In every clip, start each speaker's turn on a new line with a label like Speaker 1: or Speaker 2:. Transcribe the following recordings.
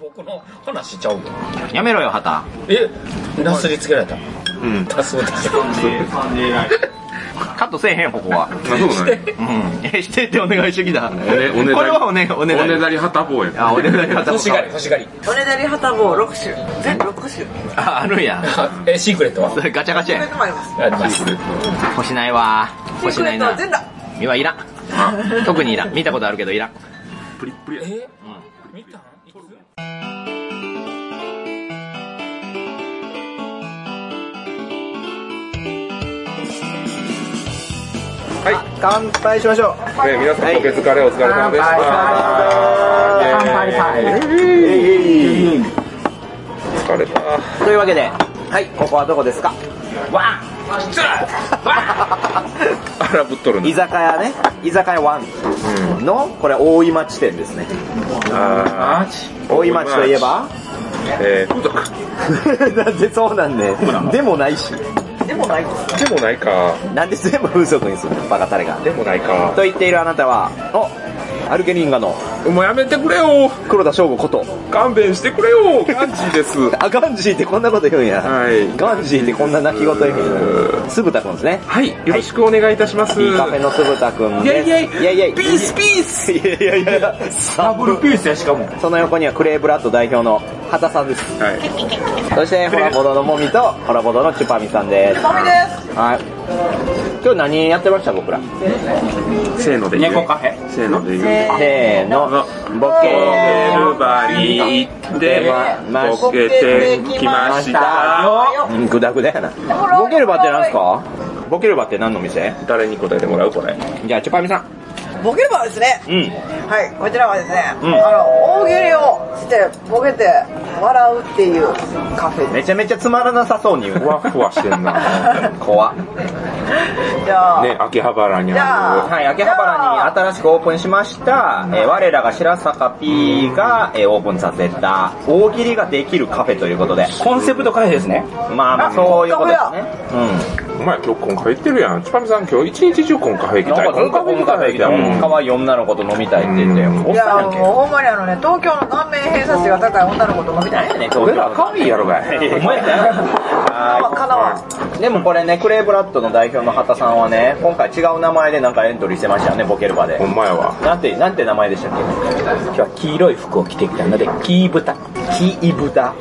Speaker 1: 僕の話しちゃうよ
Speaker 2: やめろよ、 旗。
Speaker 1: えなすりつけられた
Speaker 3: うん。
Speaker 1: 多数だ
Speaker 2: カットせえへん、ここは。
Speaker 3: あ、そうなんや。
Speaker 2: うん。え、してってお願いしてきた。こ
Speaker 3: おね、おねだり。
Speaker 2: れはおね、おねだ
Speaker 3: おね
Speaker 2: り。
Speaker 3: だり旗棒や。
Speaker 2: あ、おねだり旗
Speaker 1: 欲しがり欲しがり
Speaker 4: おねだり旗棒6種全6種
Speaker 2: あ、あるんや。
Speaker 1: あえシークレットは
Speaker 2: それガチャガチャ
Speaker 4: これ
Speaker 2: や。
Speaker 4: もあります
Speaker 1: あります
Speaker 3: シークレッ
Speaker 2: 欲しないわ。欲し
Speaker 4: シーク
Speaker 2: な
Speaker 4: レ
Speaker 2: い
Speaker 4: ットは
Speaker 2: な。
Speaker 4: 全だ
Speaker 2: 身はいらん。特にいらん。見たことあるけどいらん。
Speaker 3: ト。プリップリや。
Speaker 1: え
Speaker 2: うん。
Speaker 1: 見たんいつ
Speaker 2: 乾杯しましょう。
Speaker 3: ね、皆さん、お疲れお疲れ様でした。乾杯疲れた。
Speaker 2: というわけで、はい、ここはどこですかワ
Speaker 3: 荒ぶっとる な。
Speaker 5: 居酒屋ね居酒屋ワンのこれ大井町店ですね
Speaker 3: あー
Speaker 5: 大井町といえば
Speaker 3: えー、風俗
Speaker 5: なんでそうなんねでもないし
Speaker 4: でもない
Speaker 3: でもないか。
Speaker 5: なんで全部風俗にするのバカタレが
Speaker 3: でもないか。
Speaker 5: と言っているあなたはおアルケリンガの
Speaker 3: もうやめてくれよ。
Speaker 5: 黒田翔吾こと
Speaker 3: 勘弁してくれよ。ガンジーです。は
Speaker 5: あガンジーってこんなこと言うんや、
Speaker 3: い。
Speaker 5: ガンジーってこんな泣き言言うんやすぶたくんですね
Speaker 3: はい、よろしくお願いいたします。
Speaker 5: いいカフェのすぶたくん
Speaker 3: いや
Speaker 5: です
Speaker 3: いや
Speaker 5: いやいや
Speaker 3: ピースピース
Speaker 5: いやいやいやサブルピースやしかもその横にはクレイブラッド代表の畑さんです
Speaker 3: はい。
Speaker 5: そして、ホラボドのモミと、ホラボドのチュパミさんです。
Speaker 4: マミです
Speaker 5: はい。今日何やってました、僕ら。
Speaker 3: せーので言う。猫カフェせーので言う。
Speaker 5: せーの、ボ
Speaker 3: ボケ
Speaker 5: ケ
Speaker 3: る場に行って、ボケてきましたよ。
Speaker 5: ー。グダグダやな。ボケルバって何すかボケルバって何の店
Speaker 3: 誰に答えてもらうこれ。
Speaker 5: じゃあ、チュパミさん。
Speaker 4: ボケればですね
Speaker 5: うん。
Speaker 4: はいこちらはですね、
Speaker 5: うん
Speaker 4: あの大喜利をしてボケて笑うっていうカフェで
Speaker 5: めちゃめちゃつまらなさそうに言う。
Speaker 3: ふわふわしてんな。
Speaker 5: 怖っ
Speaker 4: すじゃあ、
Speaker 3: ね、秋葉原に
Speaker 4: じ
Speaker 3: あ
Speaker 4: ゃあ
Speaker 5: はい、秋葉原に新しくオープンしました、えー我らが白坂 P が、えーオープンさせた、大喜利ができるカフェということで。コンセプトカフェですね。まあまあ、そういうことですね。うん。
Speaker 3: る。お前今日コンカフェ行ってるやん。ちぱみさん今日一日中コンカフェ行きたい。コンカフェ行きたいって。
Speaker 5: 可愛い女の子と飲みたいって言って、
Speaker 3: うん
Speaker 5: おっ
Speaker 4: いや
Speaker 5: さんやん
Speaker 4: もう
Speaker 5: け。
Speaker 4: ほんまにあのね東京の顔面偏差値が高い女の子とかみたいなね
Speaker 3: 俺ら可愛いやろがい。
Speaker 5: お前や
Speaker 4: まあかなわん
Speaker 5: でもこれね、クレイブラッドの代表の畑さんはね、今回違う名前でなんかエントリーしてましたよね、ボケルバで
Speaker 3: ほ。んまやわ。
Speaker 5: なんて、なんて名前でしたっけ今日は黄色い服を着てきたので、キイブタ。キイブタ。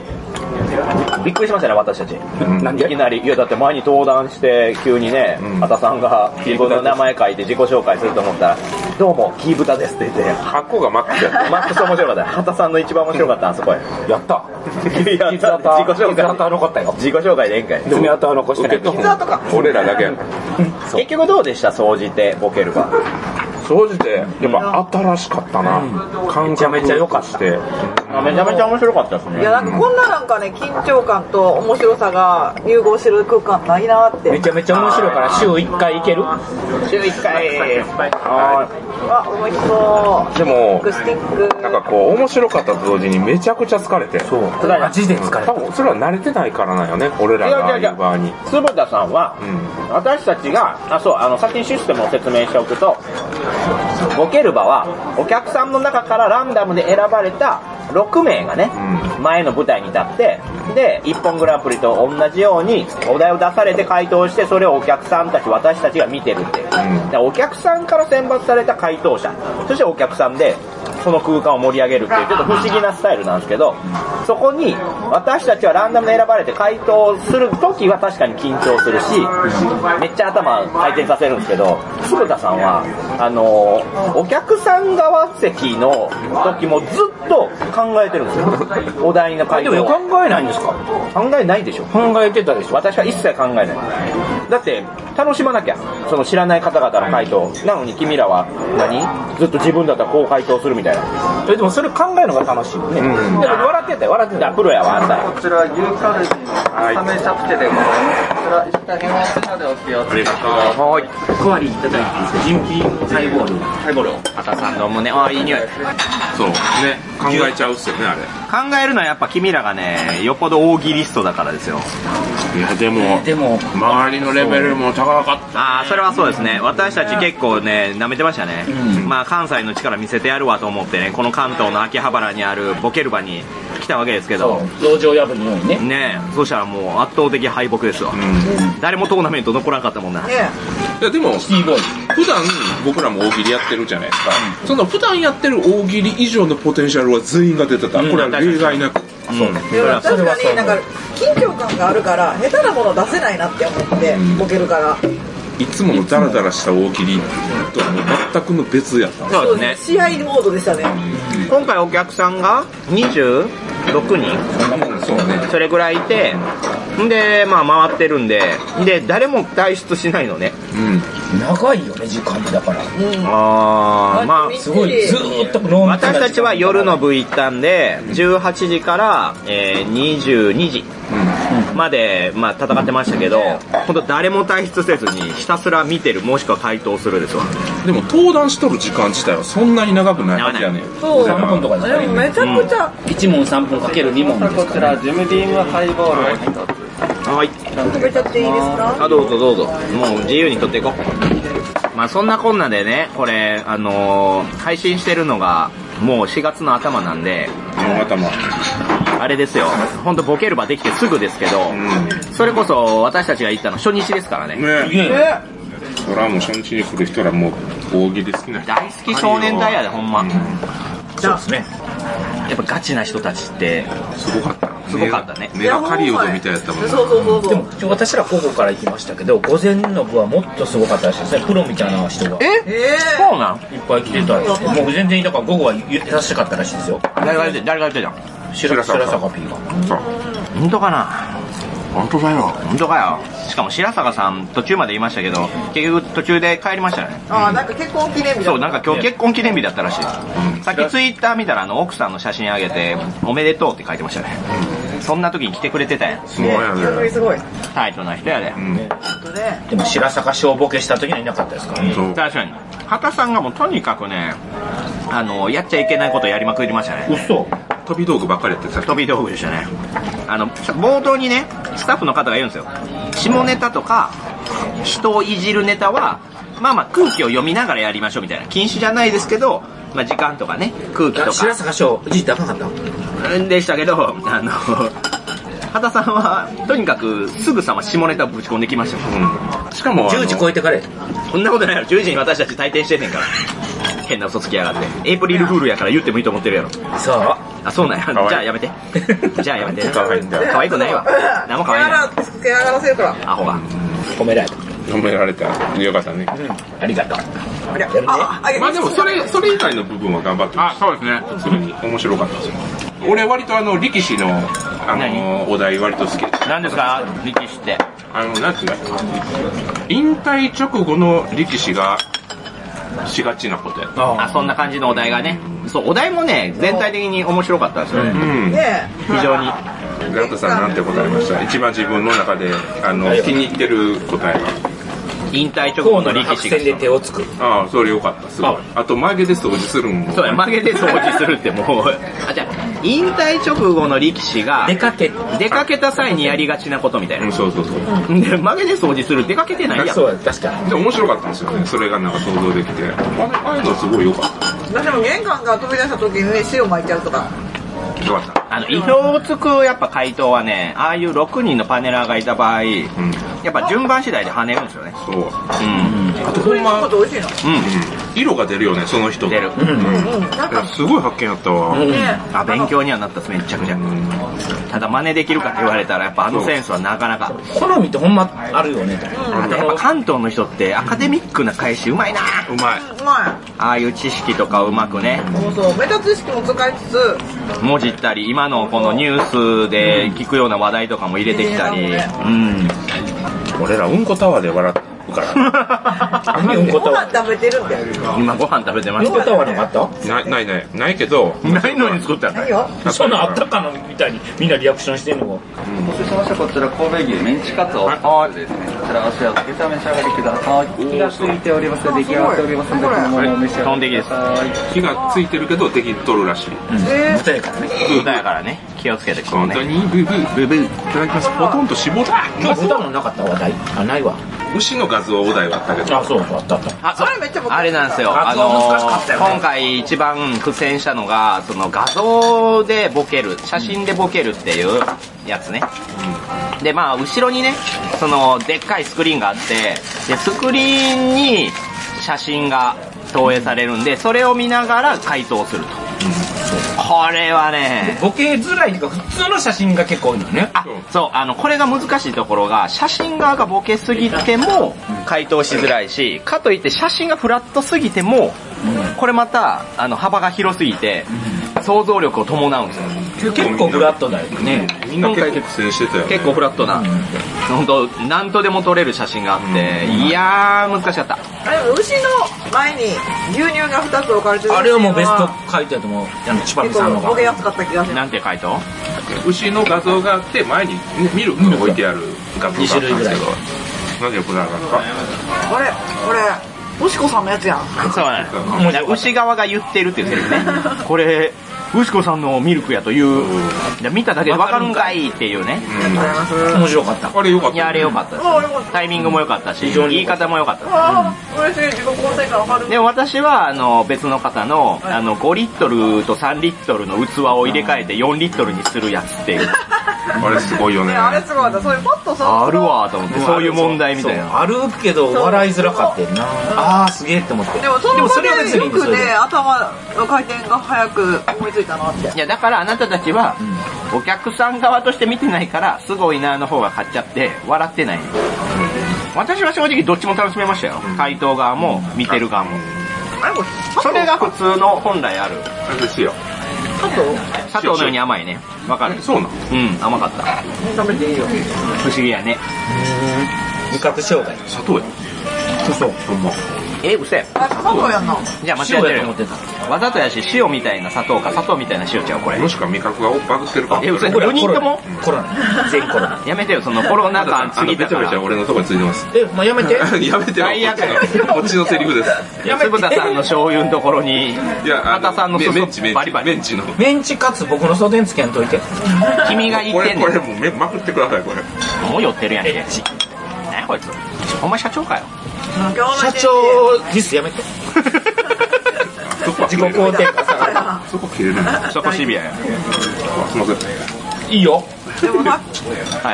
Speaker 5: びっくりしましたね、私たち。
Speaker 3: ん
Speaker 5: いきなり。いや、だって前に登壇して、急にね
Speaker 3: うん、
Speaker 5: 畑、さんが自分の名前書いて自己紹介すると思ったら、どうも、キイブタですって言って、
Speaker 3: 箱がマックやっ
Speaker 5: マックス面白かった。畑さんの一番面白かった、あそこへ。
Speaker 3: た。やった。
Speaker 5: やった自己紹介。
Speaker 3: 残ったよ。
Speaker 5: 自己紹介でええんかい。
Speaker 3: 爪痕は残してない。俺らだけやん。
Speaker 5: 結局どうでした掃除てボケるか。
Speaker 3: 総じて、やっぱ新しかったな。感覚めちゃめちゃ良かった。
Speaker 5: めちゃめちゃ面白かったです
Speaker 4: いや。なんかこんななんかね緊張感と面白さが融合してる空間ないなって
Speaker 6: めちゃめちゃ面白いから週1回行ける
Speaker 5: 週1回。
Speaker 4: あ美味しそう
Speaker 3: でも、
Speaker 4: スティック
Speaker 3: なんかこう、面白かったと同時にめちゃくちゃ疲れて。そう。
Speaker 6: マジで疲れ
Speaker 3: 多分、それは慣れてないからなんよね。俺らがああいう場に。
Speaker 5: 坪田さんは
Speaker 3: う、ん。
Speaker 5: 私たちが、あ、そう、あの、先にシステムを説明しておくと、ボケる場は、お客さんの中からランダムで選ばれた6名がね、前の舞台に立って、で、一本グランプリと同じように、お題を出されて回答して、それをお客さんたち、私たちが見てるっていう。
Speaker 3: ん
Speaker 5: でお客さんから選抜された回答者、そしてお客さんで、その空間を盛り上げるっていう、ちょっと不思議なスタイルなんですけど、そこに、私たちはランダムで選ばれて回答するときは確かに緊張するし、めっちゃ頭回転させるんですけど、鈴田さんは、あのーお客さん側席の時もずっと考えてるんですよ。お題の回
Speaker 6: で
Speaker 5: 答
Speaker 6: も
Speaker 5: を。
Speaker 6: 考えないんですか
Speaker 5: 考えないでしょ。
Speaker 6: 考えてたでしょ
Speaker 5: 私は一切考えないだって楽しまなきゃその知らない方々の回答なのに君らは何ずっと自分だったらこう回答するみたいな
Speaker 6: えでもそれ考えるのが楽しいよね、
Speaker 3: うん
Speaker 6: だから笑ってたよ笑ってた
Speaker 5: だから
Speaker 6: よ
Speaker 5: プロやわあんたら
Speaker 7: こちら、牛カルビのサメチャプチェでございます。
Speaker 8: ら一緒にお待ちのでお気をつ
Speaker 3: ありがとう。
Speaker 8: はい。小割りいただいていいですか人気ハイボール。
Speaker 3: ハイボールを。
Speaker 8: 赤さんの胸、ああ、いい匂い。
Speaker 3: そう。ね。考えちゃうっすよね、あれ。
Speaker 5: 考えるのはやっぱ君らがね、よっぽど大喜リストだからですよ。
Speaker 3: いや、でも、
Speaker 8: でも、
Speaker 3: 周りのレベルも高かった。
Speaker 5: ああ、それはそうですね。私たち結構ね、舐めてましたね。まあ、関西の力見せてやるわと思ってね、この関東の秋葉原にあるボケルバに来たわけですけど、
Speaker 1: 道場破りのようにね。
Speaker 5: ねえ、そしたらもう圧倒的敗北ですわ。誰もトーナメント残らんかったもんな。
Speaker 4: ね
Speaker 3: いや、でも、
Speaker 1: キーボーイ。
Speaker 3: 普段僕らも大喜利やってるじゃないですか、その普段やってる大喜利以上のポテンシャルは全員が出てた、
Speaker 5: うん
Speaker 3: これは例外なく、
Speaker 5: そうね。
Speaker 4: でも
Speaker 1: それ
Speaker 4: 確
Speaker 1: は
Speaker 4: か
Speaker 1: そう
Speaker 4: になんか緊張感があるから下手なもの出せないなって思ってボケるから
Speaker 3: いつものダラダラした大喜利とはもう全くの別やったんです
Speaker 5: そうですね。
Speaker 4: 試合モードでしたね
Speaker 5: 今回お客さんが26人
Speaker 3: そうね
Speaker 5: それぐらいいて、んで、まあ回ってるんで、で、誰も退出しないのね。
Speaker 3: うん
Speaker 1: 長いよね、時間ってだから。
Speaker 5: ああ、まあ、
Speaker 1: すごい、ずーっと濃密な時間
Speaker 5: 私たちは夜の部行ったんで、18時から、えー22時まで、まあ、戦ってましたけど、本当誰も退出せずに、ひたすら見てる、もしくは回答するですわ。
Speaker 3: でも登壇しとる時間自体はそんなに長くないわけやねん
Speaker 4: そう
Speaker 1: 3分とかです
Speaker 4: でもめちゃくちゃ
Speaker 1: 1問3分かける2問ですから、ね。
Speaker 8: ジムビームハイボールを一つ。
Speaker 5: はい。
Speaker 4: 食べちゃっていいですか
Speaker 5: あ、どうぞどうぞ。もう自由に撮っていこう。まあ、そんなこんなでね、これ、あのー配信してるのが、もう4月の頭なんで、
Speaker 3: 頭
Speaker 5: あれですよ。ほんとボケる場できてすぐですけど、それこそ私たちが行ったの初日ですからね。
Speaker 3: ね
Speaker 1: え
Speaker 4: え
Speaker 3: そらもう初日に来る人らもう大喜利好きな人
Speaker 5: 大好き少年隊やで、ほんま。
Speaker 1: そうですね。
Speaker 5: やっぱガチな人たちって、
Speaker 3: すごかった
Speaker 5: すごかったね
Speaker 3: メガカリウドみたいやったもんね
Speaker 4: そうそうそう
Speaker 1: で
Speaker 4: そう
Speaker 1: も、私ら午後から行きましたけど、午前の部はもっとすごかったらしいですね。プロみたいな人が。
Speaker 4: え
Speaker 5: そうなん
Speaker 1: いっぱい来てたらしいです。もう全然、だから午後は優しかったらしいですよ。
Speaker 5: 誰が言って、誰が言って
Speaker 1: 白坂
Speaker 3: 白坂
Speaker 1: P が。
Speaker 3: そ
Speaker 5: たん
Speaker 3: う
Speaker 5: 本当かな
Speaker 3: 本当だよ
Speaker 5: 本当かよ。しかも白坂さん途中までいましたけど、結局途中で帰りましたね。
Speaker 4: ああなんか結婚記念日だ
Speaker 5: そう、なんか今日結婚記念日だったらしい。さっきツイッター見たらあの奥さんの写真あげて、おめでとうって書いてましたね。そんな時に来てくれてたやん。
Speaker 3: すごいや
Speaker 4: ね逆
Speaker 3: ね
Speaker 4: にすごい
Speaker 5: タイトな人やで。
Speaker 4: 本当ね
Speaker 1: でも白坂小ボケした時にはいなかったですからね。
Speaker 3: そう
Speaker 5: 確かに。畑さんがもうとにかくね、あの、やっちゃいけないことやりまくりましたね。
Speaker 1: 嘘
Speaker 3: 飛び道具ばっかりやってた
Speaker 5: 飛び道具でしたねあの冒頭にねスタッフの方が言うんですよ下ネタとか人をいじるネタはまあまあ空気を読みながらやりましょうみたいな禁止じゃないですけど、まあ、時間とかね空気と
Speaker 1: 白
Speaker 5: か
Speaker 1: 坂小、じい高かった
Speaker 5: でしたけどあの畑さんはとにかくすぐさま下ネタをぶち込んできましたよ
Speaker 3: うんしかもあの
Speaker 1: ?10 時超えてからや。
Speaker 5: そんなことないやろ10時に私たち退店してんねんから変な嘘つきやがってエイプリルフールやから言ってもいいと思ってるやろ
Speaker 1: さ
Speaker 5: あそうなんや
Speaker 3: わいい
Speaker 5: じゃあや めてじゃあやめて
Speaker 3: 可愛いんだよ
Speaker 5: 可愛くないわ何も可愛いない
Speaker 4: つけ上がらせるから
Speaker 5: アホが
Speaker 1: あ、褒められた。
Speaker 3: 褒められたよかったね
Speaker 1: ありがとう。
Speaker 4: ありゃ
Speaker 1: やるね
Speaker 4: ああげて
Speaker 3: まあでもそれ、それ以外の部分は頑張ってあ、そうですね。普通に面白かったですよ。俺割とあの、力士の、あの、お題割と好き。
Speaker 5: 何ですか力士って
Speaker 3: あの、なんていうの引退直後の力士がしがちなことやった。
Speaker 5: あそんな感じのお題がねそうお題もね全体的に面白かったんですよ
Speaker 3: う
Speaker 5: ね
Speaker 3: ん。
Speaker 4: ね
Speaker 5: 非常に
Speaker 3: ガントさんなんて答えました一番自分の中で、あの、気に入ってる答えは。
Speaker 5: 引退直後
Speaker 1: 河野
Speaker 5: の
Speaker 1: の
Speaker 5: 力
Speaker 1: 白
Speaker 5: 士が
Speaker 1: 線で手をつく。
Speaker 3: ああ、それよかった。すごい。あと、眉毛で掃除するんも。
Speaker 5: そうや曲げで掃除するってもうあじゃあ引退直後の力士が
Speaker 1: 出かけ、
Speaker 5: 出かけた際にやりがちなことみたい
Speaker 3: うん、
Speaker 5: な
Speaker 3: そうそうそう。
Speaker 5: で曲げで掃除する出かけてないやん
Speaker 1: そうや、確かに。
Speaker 3: で、面白かったんですよね。それがなんか想像できて。あれああいうのすごい良かった。
Speaker 4: え私も玄関から飛び出した時にね塩巻いちゃうとか
Speaker 3: 良かった。
Speaker 5: あの、意表をつくやっぱ回答はね、ああいう6人のパネラーがいた場合、
Speaker 3: うん。
Speaker 5: やっぱ順番次第で跳ねるんですよね。
Speaker 3: そう。
Speaker 5: うん。
Speaker 3: あと
Speaker 4: そ
Speaker 3: ほ
Speaker 4: れ
Speaker 3: ん
Speaker 4: にこ
Speaker 3: ま
Speaker 4: と、美味しいな
Speaker 3: うん、色が出るよね、その人の
Speaker 5: 出る。
Speaker 4: うんな
Speaker 3: い
Speaker 4: ん
Speaker 3: や
Speaker 4: か
Speaker 3: すごい発見やったわ。うん。
Speaker 4: ね
Speaker 5: あ、勉強にはなったっす、めっちゃくちゃ。ただ真似できるかって言われたら、やっぱあのセンスはなかなか。
Speaker 1: 好みってほんまあるよね。
Speaker 5: あとやっぱ関東の人ってアカデミックな返しうまいな
Speaker 3: うまい。
Speaker 4: うま
Speaker 5: ああいう知識とかうまくね、
Speaker 4: いそうそう目立つ意識も使いつつ
Speaker 5: もじったり、今のこのニュースで聞くような話題とかも入れてきたり。うん。
Speaker 3: 俺らうんこタワーで笑うから。
Speaker 1: 何うんこ
Speaker 4: ご
Speaker 1: と
Speaker 4: 飯食べてるんだよ
Speaker 5: 今ご飯食べてま
Speaker 1: うん
Speaker 5: す
Speaker 1: こ
Speaker 5: け
Speaker 1: と
Speaker 5: ど。
Speaker 1: はなかった
Speaker 3: なないない。ないけど。
Speaker 5: ないのに作ったんだ
Speaker 4: 何よ
Speaker 1: そんなんあったかのみたいにみんなリアクションしてんのも。
Speaker 3: うん
Speaker 9: お持ちしましたこちら神戸牛メンチカツをですねこちらお塩をかけてお召し上がりください火がついております出来上がっておりますのでこのままお召し上がりください
Speaker 3: 火がついてるけど敵取るらしい
Speaker 1: 豚やからね。
Speaker 5: 豚やからね、気をつけてく
Speaker 3: 本当にブーブーブーブーいただきますほとんど脂肪だ
Speaker 1: 今日豚もなかった話題あ、ないわ。
Speaker 3: 牛の画像お題はあったけど
Speaker 1: あ、そうそう、あったあった。
Speaker 5: あ、そう
Speaker 4: あれめっちゃ僕
Speaker 5: あれなんですよ。
Speaker 1: 画
Speaker 5: あ
Speaker 1: 像
Speaker 5: の
Speaker 1: 難しかったよね
Speaker 5: 今回一番苦戦したのが、その画像でボケる、写真でボケるっていうやつね。で、まあ、後ろにね、その、でっかいスクリーンがあって、で、スクリーンに写真が投影されるんで、それを見ながら回答すると。これはね、
Speaker 1: ボケづらいっていうか、普通の写真が結構多いのよね。
Speaker 5: あ、そう、あの、これが難しいところが、写真側がボケすぎても、回答しづらいし、かといって写真がフラットすぎても、これまた、あの、幅が広すぎて、想像力を伴うんですよ。
Speaker 1: 結構フラットだよね。
Speaker 3: みんな結構苦戦してたよ
Speaker 5: 結構フラットな、本当なんとでも撮れる写真があって、いやー、難しかった。
Speaker 4: あでも牛の前に牛乳が2つ置かれてる
Speaker 1: あれはもうベスト書いてると思う。あの、千葉美
Speaker 4: 結
Speaker 1: さんの
Speaker 4: 構ボケ
Speaker 1: が。
Speaker 4: やすかった気がします
Speaker 5: なんて回答
Speaker 3: 牛の画像があって前にねミルクが置いてある画像があったんですけ
Speaker 1: 二種類ぐらい
Speaker 3: どなぜこれなのか
Speaker 4: あれこれとしこさんのやつやん
Speaker 5: そうね。もう牛側が言ってるっていうセリフね。これ、牛子さんのミルクやという、じゃあ見ただけでわかるんかいっていうね。
Speaker 1: 面白かった。
Speaker 3: あれよかっ
Speaker 5: いや、あ
Speaker 3: た
Speaker 5: れ良かったです
Speaker 4: ああよかっ。た
Speaker 5: タイミングも良かったし、言い方も良かったです。
Speaker 4: ああ嬉しい自己肯定感上がる
Speaker 5: でも私は、あの、別の方の、あの、5リットルと3リットルの器を入れ替えて4リットルにするやつっていう。
Speaker 3: あれすごいよ
Speaker 4: ね
Speaker 3: ね
Speaker 4: あれすごかったそういうパッと さ
Speaker 5: あるわと思って、そういう問題みたい
Speaker 1: そ
Speaker 5: な。
Speaker 1: うあるけど、笑いづらかったよな。あー、すげえって思って。
Speaker 4: でもその場で
Speaker 1: は別にいい
Speaker 4: よ
Speaker 1: んです
Speaker 4: くね頭の回転が早く思いついたなって
Speaker 5: いや、だからあなたたちは、お客さん側として見てないから、すごいなーの方が買っちゃって、笑ってない。私は正直どっちも楽しめましたよ。回答側も、見てる側も。
Speaker 4: あれも
Speaker 5: それが普通の本来ある。
Speaker 3: あれですよ
Speaker 4: ちょっと
Speaker 5: 砂糖のように甘いね。わかる
Speaker 3: そうなの
Speaker 5: うん、甘かった。
Speaker 4: 食べていいよ
Speaker 5: 不思議やね。
Speaker 1: 味覚障害。
Speaker 3: 砂糖や
Speaker 1: そう。
Speaker 3: ほんま
Speaker 5: え、うせえ。
Speaker 4: あ砂糖やんな
Speaker 5: じゃあ間違
Speaker 1: 塩
Speaker 5: えて
Speaker 1: や
Speaker 5: る
Speaker 1: と思
Speaker 5: よ
Speaker 1: ってた。
Speaker 5: わざとやし、塩みたいな砂糖か、砂糖みたいな塩ちゃう、これ
Speaker 3: も。しくは味覚がバグってるかも
Speaker 5: え、うせえ。
Speaker 1: 僕ら
Speaker 5: 4人とも
Speaker 1: コロナ。全コロナ。
Speaker 5: やめてよ、そのコロナ禍
Speaker 3: あ
Speaker 5: 過
Speaker 3: の
Speaker 5: ぎ
Speaker 3: べ
Speaker 5: た
Speaker 3: ちゃ
Speaker 5: か
Speaker 3: べちゃ
Speaker 5: ら。
Speaker 3: 俺のとこについてます
Speaker 1: え、まあ、やめて。
Speaker 3: やめてよ
Speaker 5: 最悪や
Speaker 3: こっちのセリフです
Speaker 5: いやつぶたさんの醤油のところに、
Speaker 3: いやあ
Speaker 5: 畑さんの
Speaker 3: メ
Speaker 5: 裾
Speaker 3: メンチメン
Speaker 5: バリ
Speaker 3: チ
Speaker 5: バリ
Speaker 3: メンチの
Speaker 1: メンチカツ僕の袖につけんといて。
Speaker 5: 君が言
Speaker 3: こ
Speaker 5: って
Speaker 3: れ
Speaker 5: んね
Speaker 3: こ
Speaker 5: ん
Speaker 3: れ。もうめまくってくださいこれ
Speaker 5: もう寄ってるやんけ。ねこいつ。お前社長かよ。
Speaker 4: 今日の
Speaker 1: 社長ディスやめて。
Speaker 3: そこは
Speaker 1: 自己肯定感下がる。
Speaker 3: そこ切れるのあ
Speaker 5: そこシビアや。
Speaker 3: すいません
Speaker 1: いいよ。
Speaker 4: でもさ
Speaker 5: 謝った。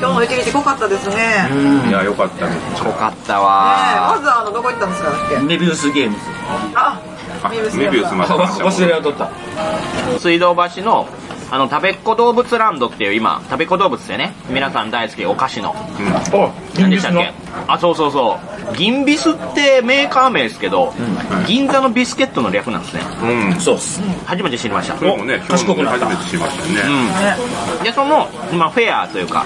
Speaker 4: 今日の一日濃かったですねね
Speaker 3: いや、よかったね。
Speaker 5: よかった
Speaker 4: え
Speaker 5: わ
Speaker 4: まずあのどこ行ったんですかだっけ
Speaker 1: メビウスゲームズ。
Speaker 4: あ
Speaker 3: あ
Speaker 4: メビウス
Speaker 3: メビウスまで。
Speaker 1: 忘れられとった。
Speaker 5: 水道橋の、あの、食べっ子動物ランドっていう今、食べっ子動物ってね、皆さん大好きお菓子の。何でしたっけあ、そうそうそう。銀ビスってメーカー名ですけど、銀座のビスケットの略なんですね。
Speaker 3: うん。うん。
Speaker 1: そうっす。
Speaker 5: 初めて知りました。
Speaker 3: それもね、今日
Speaker 1: 賢くなっ
Speaker 3: 初
Speaker 1: た
Speaker 3: めて知りましたよね。
Speaker 5: うん。で、その、まあ、フェアというか、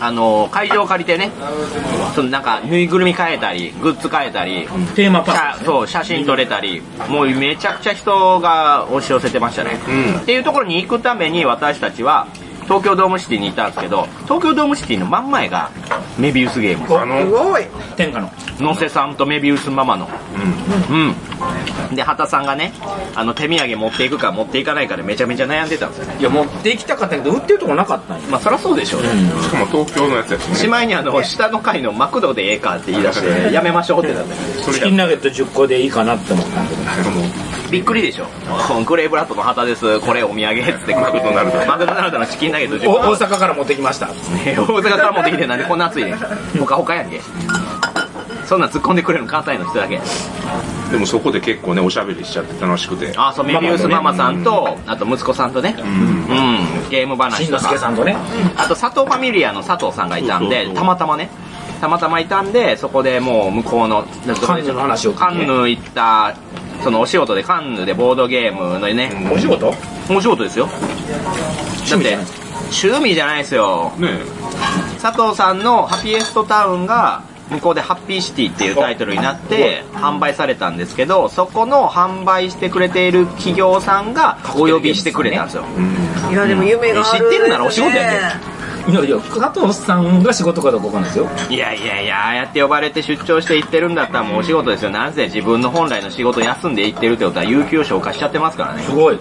Speaker 5: あの、会場を借りてね、そのなんか、ぬいぐるみ変えたり、グッズ変えたり、
Speaker 1: テーマパー
Speaker 5: 写
Speaker 1: ク。
Speaker 5: そう、写真撮れたり、もうめちゃくちゃ人が押し寄せてましたね。
Speaker 3: うん
Speaker 5: っていうところに行くために私たちは、東京ドームシティにいたんですけど、東京ドームシティの真ん前が、メビウスゲーム。
Speaker 3: あ
Speaker 4: す
Speaker 3: の、
Speaker 4: ごい
Speaker 1: 天下の。
Speaker 5: のせさんとメビウスママの。うん。で、畑さんがね、あの、手土産持っていくか持っていかないかでめちゃめちゃ悩んでたんですよね。
Speaker 1: いや、持って行きたかったけど、売ってるとこなかったんよ。
Speaker 5: まあ、そりゃそうでしょうね。
Speaker 3: しかも東京のやつやし
Speaker 5: し
Speaker 3: ね。
Speaker 5: まいにあの、下の階のマクドでええかって言い出して、やめましょうってなって。
Speaker 3: それ
Speaker 1: チ
Speaker 3: や
Speaker 1: キンナゲット10個でいいかなって思ったんだけど。
Speaker 3: あの
Speaker 5: びっくりでしょ。グレーブラッドの旗です。これお土産っつって。
Speaker 3: マクドナルド
Speaker 5: マクドナルドのチキンナゲット10
Speaker 1: お
Speaker 5: 個
Speaker 1: 大。阪から持ってきました。
Speaker 5: ね 大阪から持ってきてなんでこんな暑いねん。ほかほかやんけ。そんなん突っ込んでくれるの関西の人だけ。
Speaker 3: でもそこで結構ね、おしゃべりしちゃって楽しくて。
Speaker 5: あ、そう、メビウスママさんと、あと息子さんとね。うん。ゲーム
Speaker 1: し
Speaker 5: 話
Speaker 1: ん
Speaker 5: と
Speaker 1: のすけ
Speaker 5: か。
Speaker 1: さんとね。
Speaker 5: あと佐藤ファミリアの佐藤さんがいたん
Speaker 3: そうそうそ
Speaker 5: で、
Speaker 3: う
Speaker 5: たまたまね。たまたまいたんで、そこでもう向こうの、
Speaker 1: カンヌの話を
Speaker 5: カ
Speaker 1: 聞い
Speaker 5: ン
Speaker 1: て。
Speaker 5: ヌ行った、そのお仕事でカンヌでボードゲームのね、
Speaker 1: お仕事
Speaker 5: お仕事ですよ。だっ
Speaker 1: 味じ
Speaker 5: て
Speaker 1: ゃない、
Speaker 5: 趣味じゃないですよ。
Speaker 3: ね
Speaker 5: 佐藤さんのハッピーエストタウンが、向こうでハッピーシティっていうタイトルになって販売されたんですけど、そこの販売してくれている企業さんがお呼びしてくれたんですよ。
Speaker 4: いやでも夢がある、
Speaker 5: 知ってるならお仕事やで
Speaker 1: いやいや、加藤さんが仕事かどうかわかんないですよ。
Speaker 5: いやいやいや、ああやって呼ばれて出張して行ってるんだったらもうお仕事ですよ。なぜ自分の本来の仕事休んで行ってるってことは、有給消化しちゃってますからね。
Speaker 1: すごい。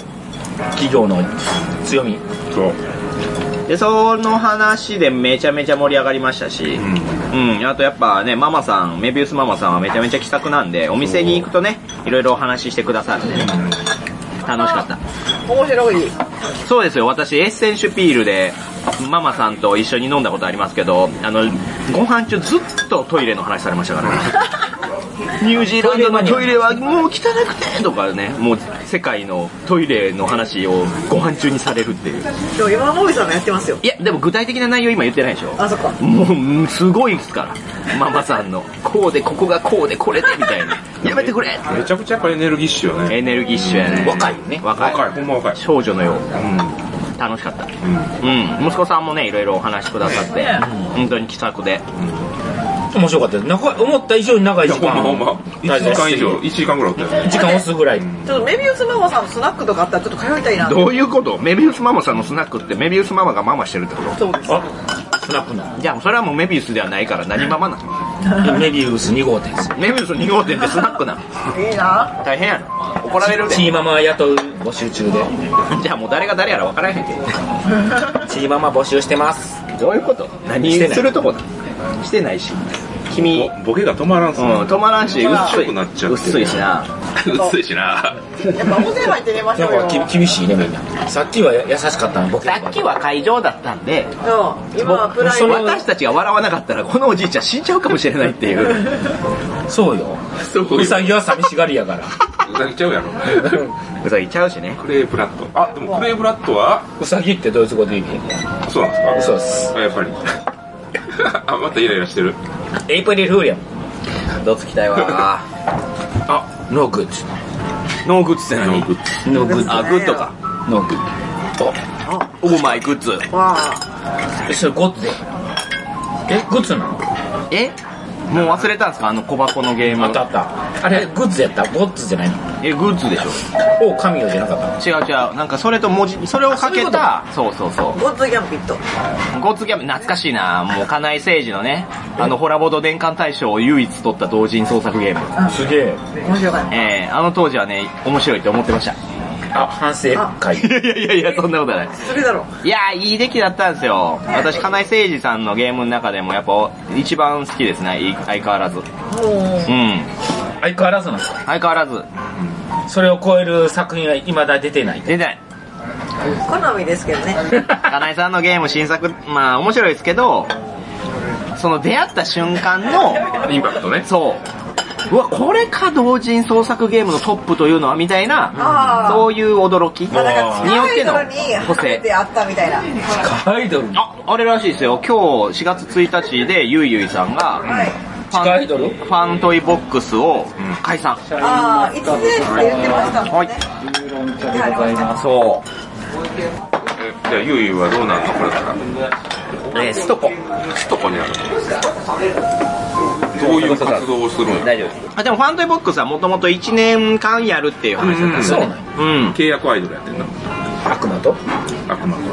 Speaker 1: 企業の強み。
Speaker 3: そう。
Speaker 5: で、その話でめちゃめちゃ盛り上がりましたし、うん、あとやっぱね、ママさん、メビウスママさんはめちゃめちゃ気さくなんで、お店に行くとね、いろいろお話ししてくださるんでね。楽しかった。
Speaker 4: 面白い。
Speaker 5: そうですよ、私、エッセンシュピールで、ママさんと一緒に飲んだことありますけど、あの、ご飯中ずっとトイレの話されましたからね。ニュージーランドのトイレはもう汚くてとかね、もう世界のトイレの話をご飯中にされるっていう。
Speaker 4: でも今の森さんがやってますよ。
Speaker 5: いや、でも具体的な内容今言ってないでしょ。
Speaker 4: あ、そっか。
Speaker 5: もううん、すごいですから。ママさんの。こうで、ここがこうで、これで、みたいな。やめてくれ
Speaker 3: めちゃくちゃやっぱエネルギッシュよね。
Speaker 5: エネルギッシュやね。
Speaker 1: 若いね
Speaker 5: 若い。
Speaker 3: 若い、ほんま若い。
Speaker 5: 少女のよう。
Speaker 3: うん。
Speaker 5: 楽しかった。うん。息子さんもね、いろいろお話しくださって、本当に気さくで。
Speaker 1: 面白かったです。長い思った以上に長い
Speaker 3: いや、
Speaker 1: 時
Speaker 3: ほん
Speaker 1: 間。
Speaker 3: まほんま。1時間以上、1時間ぐらいおったよね。
Speaker 1: 時間押すぐらい。
Speaker 4: ちょっとメビウスママさんのスナックとかあったらちょっと通いたいな。
Speaker 5: どういうことメビウスママさんのスナックってメビウスママがママしてるってこと
Speaker 4: そうです。
Speaker 1: あ、スナックの。
Speaker 5: じゃあ、それはもうメビウスではないから何ママなの
Speaker 1: メビウス2号店です。
Speaker 5: メビウス2号店ってスナックなの
Speaker 4: いいな。
Speaker 5: 大変やな。怒られるで
Speaker 1: チ。ーママ雇う募集中で。
Speaker 5: じゃあもう誰が誰やら分からへんけ
Speaker 6: チーママ募集してます。
Speaker 5: どういうこと何
Speaker 1: してない
Speaker 5: するとこだしてないし。君、
Speaker 3: ぼボケが止まらんす
Speaker 5: う
Speaker 3: ね
Speaker 5: ん、止まらんし、うっす
Speaker 3: 薄くなっち
Speaker 5: い。
Speaker 3: ゃってる
Speaker 5: うっすいしな。
Speaker 3: うっすいしな。
Speaker 4: やっぱ大勢入って寝まし
Speaker 1: な
Speaker 4: ょ
Speaker 1: ん
Speaker 4: うよ。
Speaker 1: かき厳しいね、みんな。さっきは優しかったの、僕
Speaker 5: さっきは会場だったんで、
Speaker 4: うん。今はプライ
Speaker 1: そ
Speaker 4: ド
Speaker 1: の
Speaker 5: 私たちが笑わなかったら、このおじいちゃん死んじゃうかもしれないって いう。
Speaker 1: そうよ。
Speaker 3: そう
Speaker 1: う
Speaker 3: いう。
Speaker 1: さぎは寂しがりやから。
Speaker 3: うさぎちゃう やろ。
Speaker 5: うさぎちゃうしね。
Speaker 3: クレープラット。あ、でもクレープラットは、
Speaker 1: うさぎってドイツ語で意味
Speaker 3: そうなんで
Speaker 1: そ
Speaker 3: すか
Speaker 1: うです。
Speaker 3: あやっぱり。 あ、またイライラしてる。
Speaker 1: エイプリルフールやも
Speaker 5: どつきたいわ。
Speaker 1: ん。ノーグッズ。
Speaker 5: ノーグッズって
Speaker 3: あの
Speaker 5: 何
Speaker 3: グッズ
Speaker 1: ノーグッズ。
Speaker 5: あ、グッドか。
Speaker 1: ノーグッ
Speaker 5: オーマイグッズ。
Speaker 4: わあ。
Speaker 1: ズ。え、それゴッズやから。え、グッズなの
Speaker 5: えもう忘れたんですかあの小箱のゲー
Speaker 1: あ
Speaker 5: ム
Speaker 1: った。あった。あれ、グッズやったゴッズじゃないの
Speaker 5: え、グッズでしょ
Speaker 1: お、神よじゃなかった
Speaker 5: 違う違う。なんかそれと文字、それをかけた、そうそうそう。
Speaker 4: ゴッズギャンピット。
Speaker 5: ゴッツギャンブル懐かしいなもう、金井誠司のね、あの、ホラボド年間大賞を唯一取った同人創作ゲーム。
Speaker 1: のすげえ。
Speaker 4: 面白かっ
Speaker 5: えー、あの当時はね、面白いって思ってました。
Speaker 1: あ、反省会。
Speaker 5: いやいやいやいや、そんなことはない。
Speaker 4: た。それだろ。
Speaker 5: いやー、いい出来だったんですよ。私、金井誠司さんのゲームの中でも、やっぱ、一番好きですね、い相変わらず。うん。
Speaker 4: もう。
Speaker 1: 相変わらずなんですか
Speaker 5: 相変わらず。
Speaker 1: それを超える作品は未だ出てない。
Speaker 5: 出ない。
Speaker 4: 好みですけどね。
Speaker 5: 金井さんのゲーム新作、まあ、面白いですけど、その出会った瞬間の、
Speaker 3: インパクトね。
Speaker 5: そう。うわ、これか同人創作ゲームのトップというのは、みたいな
Speaker 4: あ、ー
Speaker 5: そういう驚き。に
Speaker 4: まあなんか、
Speaker 5: よっ
Speaker 4: 近
Speaker 5: て
Speaker 4: い
Speaker 5: の
Speaker 4: のに、
Speaker 5: 個
Speaker 4: 初め
Speaker 5: 性。
Speaker 4: て会ったみたいな。
Speaker 1: アイドル
Speaker 5: あ、あれらしいですよ。今日4月1日でゆいゆいさんが、
Speaker 4: はい。
Speaker 5: ファン
Speaker 1: 地下アイドル
Speaker 5: ファントイボックスを解散。
Speaker 4: ああ、いつでって言ってましたもんね。はい。
Speaker 5: そう。
Speaker 3: えじゃあ、ゆいゆいはどうなんのこれから。
Speaker 5: えーストコ。
Speaker 3: ストコにある。どういう活動をするんや。
Speaker 5: 丈夫です。あ、でもファントイボックスはもともと1年間やるっていう話だったんですよね。うん。
Speaker 3: 契約アイドルやってんな。
Speaker 1: 悪魔と
Speaker 3: 悪魔と。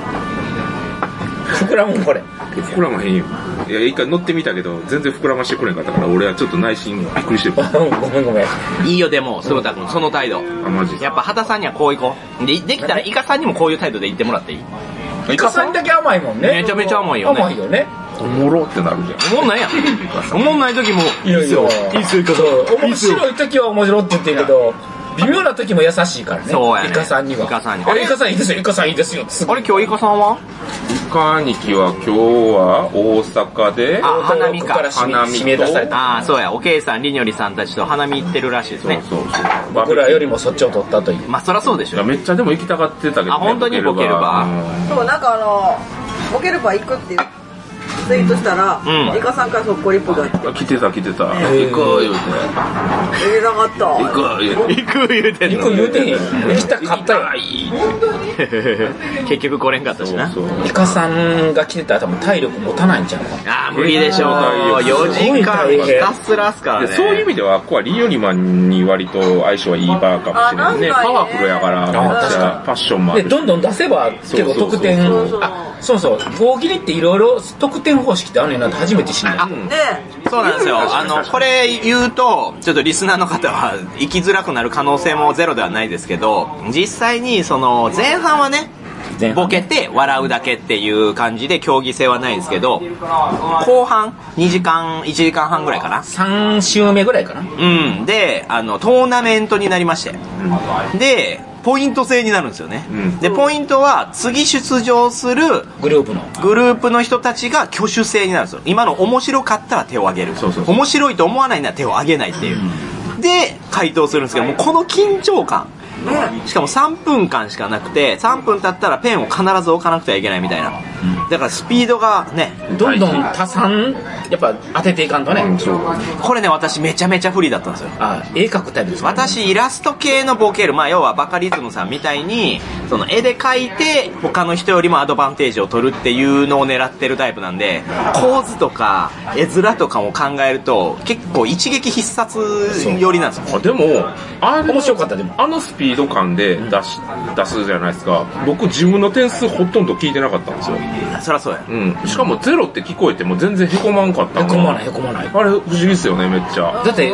Speaker 1: 膨らむんこれ。
Speaker 3: 膨らまへんよ。いや、一回乗ってみたけど、全然膨らましてくれんかったから、俺はちょっと内心びっくりしてる。
Speaker 1: うん ごめんごめん。
Speaker 5: いいよ、でも、鈴田君、その態度。
Speaker 3: あ、マジ。
Speaker 5: やっぱ、畑さんにはこういこう。で、できたら、イカさんにもこういう態度で言ってもらっていい。
Speaker 1: イカさんだけ甘いもんね。
Speaker 5: めちゃめちゃ甘いよね
Speaker 1: 甘いよね。
Speaker 3: おもろってなるじゃん。
Speaker 5: おもんないやん。 おもんない時も、
Speaker 1: いやいや。いいっすよ、イカさん。面白い時は面白いって言ってるけど、微妙な時も優しいからね。
Speaker 5: そうやね
Speaker 1: イカさんには。
Speaker 5: イカさんには
Speaker 1: あれイカさんいいですよ、イカさんいいですよ。す
Speaker 5: あ
Speaker 1: ごい
Speaker 5: れ、今日イカさんは
Speaker 3: イカ兄貴は今日は大阪で、
Speaker 5: あ花見
Speaker 1: 奥
Speaker 5: か
Speaker 1: から締め
Speaker 3: 花見と
Speaker 1: 締め出された。
Speaker 5: ああ、そうや、おけいさん、りにょりさんたちと花見行ってるらしいです
Speaker 3: そう
Speaker 5: ね。
Speaker 3: そうそう。バー
Speaker 1: 僕
Speaker 3: ベキュー
Speaker 1: らよりもそっちを取ったという。
Speaker 5: まあ、そらそうでし
Speaker 3: いや
Speaker 5: ょ。
Speaker 3: めっちゃでも行きたがってたけど、
Speaker 5: あ本当にボケる
Speaker 3: バ
Speaker 5: バ
Speaker 3: ー
Speaker 4: そう、なんかあの、ボケルパ行くっていうツイートしたら、
Speaker 3: うん
Speaker 4: イカさんから速攻リプが来て
Speaker 3: あ来てた来てた
Speaker 1: ー
Speaker 3: 行こう言うて
Speaker 4: 入れなかった
Speaker 3: 行こう言うて
Speaker 5: 行く言うてん
Speaker 1: 肉
Speaker 5: の
Speaker 1: 言うてへんよ。来たかったよ。
Speaker 5: 結局来れんかったしな
Speaker 3: そう
Speaker 1: イカさんが来てたら多分体力持たないんちゃうか
Speaker 5: ああ無理でしょう4時間ひたすらっすから
Speaker 3: で
Speaker 5: ね
Speaker 3: そういう意味ではここはリオリマンに割と相性はいいバーかもしれないね
Speaker 4: あなんかね
Speaker 3: パワフルやからめっちゃファッションもあ
Speaker 1: で
Speaker 3: るし
Speaker 1: どんどん出せば結構得点
Speaker 3: そう
Speaker 4: そう
Speaker 1: あそうそう合切りっていろいろ得点方式ってあんねんなって初めて知んだ
Speaker 5: あ
Speaker 4: ね
Speaker 5: そうなんですよ。あの、これ言うと、ちょっとリスナーの方は、生きづらくなる可能性もゼロではないですけど、実際に、その、前半はね、
Speaker 1: 前半
Speaker 5: ボケて笑うだけっていう感じで競技性はないですけど、後半、2時間、1時間半ぐらいかな。
Speaker 1: 3周目ぐらいかな
Speaker 5: うん。で、あの、トーナメントになりまして。で、ポイント制になるんですよね。
Speaker 3: うん
Speaker 5: で、ポイントは、次出場する
Speaker 1: グループの
Speaker 5: グループの人たちが挙手制になるんですよ今の面白かったら手を挙げる
Speaker 3: そうそうそう
Speaker 5: 面白いと思わないなら手を挙げないっていう、で回答するんですけどもうこの緊張感しかも3分間しかなくて3分経ったらペンを必ず置かなくてはいけないみたいなだからスピードがね
Speaker 1: どんどん多産やっぱ当てていかんとね、
Speaker 5: これね私めちゃめちゃ不利だったんですよ
Speaker 1: あ絵描くタイプですからね
Speaker 5: 私イラスト系のボケる、まあ、要はバカリズムさんみたいにその絵で描いて他の人よりもアドバンテージを取るっていうのを狙ってるタイプなんで構図とか絵面とかも考えると結構一撃必殺寄りなんですよ
Speaker 3: あでもあの
Speaker 1: 面白かったでも
Speaker 3: あのスピード感で出し、出すじゃないですか僕自分の点数ほとんど聞いてなかったんですよ、
Speaker 5: そりゃそうや
Speaker 3: うん、しかもゼロって聞こえても全然へこまんかった
Speaker 1: へこまないへ
Speaker 3: あ
Speaker 1: こまない
Speaker 3: れ不思議ですよねめっちゃ
Speaker 1: だって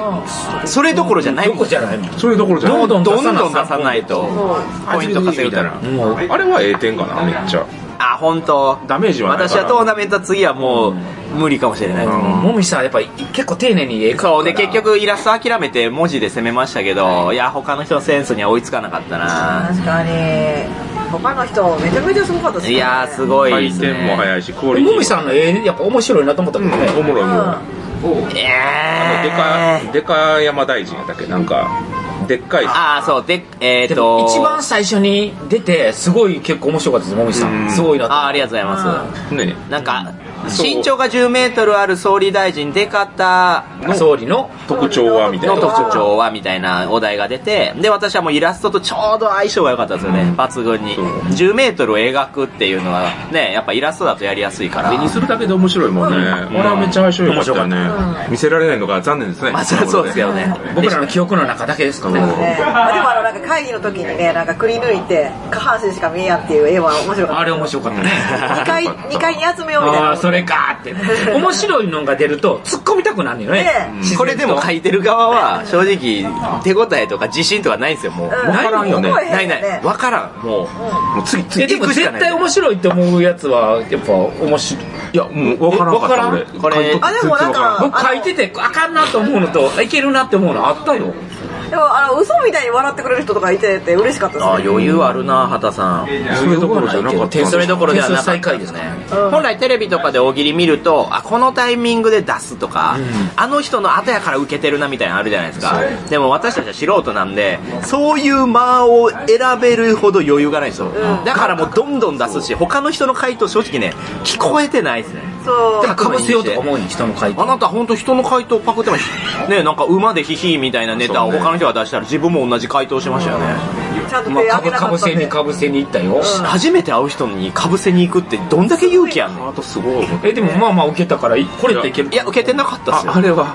Speaker 5: それどころじゃない
Speaker 1: ど
Speaker 5: も
Speaker 1: こ
Speaker 5: ん
Speaker 1: じゃないもん
Speaker 3: それどころじゃない
Speaker 1: どんどん
Speaker 5: どんどん出さないとポイント稼ぐ
Speaker 3: み
Speaker 5: た
Speaker 3: たい
Speaker 5: ら
Speaker 3: な
Speaker 1: もう
Speaker 3: あれはええ点かなめっちゃ
Speaker 5: あ本当
Speaker 3: ダメージはない
Speaker 5: 私
Speaker 3: から
Speaker 5: はトーナメント次はもう無理かもしれない
Speaker 1: もみさんやっぱり結構丁寧に絵描くから
Speaker 5: そうで結局イラスト諦めて文字で攻めましたけどいや他の人のセンスには追いつかなかったな
Speaker 4: 確かに他の人めちゃめちゃすごかったっす
Speaker 5: いやーす
Speaker 4: い
Speaker 5: ご
Speaker 3: 回
Speaker 5: いです
Speaker 3: 転も
Speaker 5: ね
Speaker 3: 早いしクオリティ
Speaker 1: もみさんの絵やっぱ面白いなと思ったけどね、
Speaker 3: うんおもろいおもろいあのでか
Speaker 5: えー
Speaker 3: でか山大臣やったっけなんかでっかい
Speaker 5: ああそうでえっ
Speaker 1: で
Speaker 5: と
Speaker 1: も一番最初に出てすごい結構面白かったですもみさ
Speaker 3: うんん
Speaker 1: すごいなと
Speaker 5: あーありがとうございます
Speaker 3: ね
Speaker 5: なんか
Speaker 3: そう
Speaker 5: 身長が1 0ルある総理大臣でかった
Speaker 1: 総理の
Speaker 3: 特徴はみたい
Speaker 5: の
Speaker 3: な
Speaker 5: 特徴はみたいなお題が出てで私はもうイラストとちょうど相性が良かったんですよね抜群に
Speaker 3: そう
Speaker 5: 1 0ルを描くっていうのはねやっぱイラストだとやりやすいから
Speaker 3: 絵にするだけで面白いもんね俺はめっちゃ相性良かったよね見せられないのが残念ですね
Speaker 5: まあそりゃそうですよね
Speaker 1: 僕らの記憶の中だけですからね
Speaker 4: ねまあ、でもあのなんか会議の時にねなんかくり抜いて下半身しか見えやんっていう絵は面白か
Speaker 1: あ
Speaker 4: っ
Speaker 1: れ面白かったね
Speaker 4: た2階二階に集めようみたい
Speaker 1: あ
Speaker 4: な
Speaker 1: あそれかーって面白いのが出ると突っ込みたくなるよね
Speaker 4: ね
Speaker 1: 自然と
Speaker 5: これでも書いてる側は正直手応えとか自信とかないんですよもう
Speaker 4: うん
Speaker 5: 分からんよね
Speaker 4: ないもん
Speaker 5: ないない分からんもう
Speaker 3: もう次
Speaker 1: え
Speaker 3: 次
Speaker 1: でも
Speaker 5: 行くし
Speaker 1: 絶
Speaker 5: かない
Speaker 1: 対面白いと思うやつはやっぱ面白い
Speaker 3: いやもう分からんかった俺
Speaker 1: え
Speaker 5: これ
Speaker 4: あでもなんか
Speaker 1: 僕書いててあかんなと思うのとあいけるなって思うのあったよ
Speaker 4: でもあの嘘みたいに笑ってくれる人とかいてて嬉しかった
Speaker 5: あ
Speaker 4: ですね
Speaker 5: 余裕あるな畑さん
Speaker 3: それどころじゃなかった
Speaker 1: それどころではなかった
Speaker 5: 点数最下位ですね本来テレビとかで大喜利見るとあこのタイミングで出すとか、あの人の後やから受けてるなみたいなのあるじゃないですかでも私たちは素人なんでそういう間を選べるほど余裕がないんですよ、だからもうどんどん出すし他の人の回答正直ね聞こえてないですね
Speaker 4: そう
Speaker 1: でもかぶせようとか思うに人の書いて
Speaker 5: あなた本当人の回答パクってましたねなんか馬でヒヒみたいなネタを他の人が出したら自分も同じ回答しましたよね、
Speaker 4: ちゃんと
Speaker 1: まあ
Speaker 4: 手
Speaker 1: か
Speaker 4: 挙
Speaker 1: ぶ
Speaker 4: げな
Speaker 1: か
Speaker 4: か
Speaker 1: ぶ
Speaker 4: った
Speaker 1: せ
Speaker 4: ん
Speaker 1: に
Speaker 4: で
Speaker 1: かぶせに行ったよ
Speaker 5: 初めて会う人にかぶせに行くってどんだけ勇気あんの
Speaker 3: あとすごい
Speaker 1: えでもまあまあ受けたからいこれっていける
Speaker 5: いや受けてなかったっすよ
Speaker 3: あれは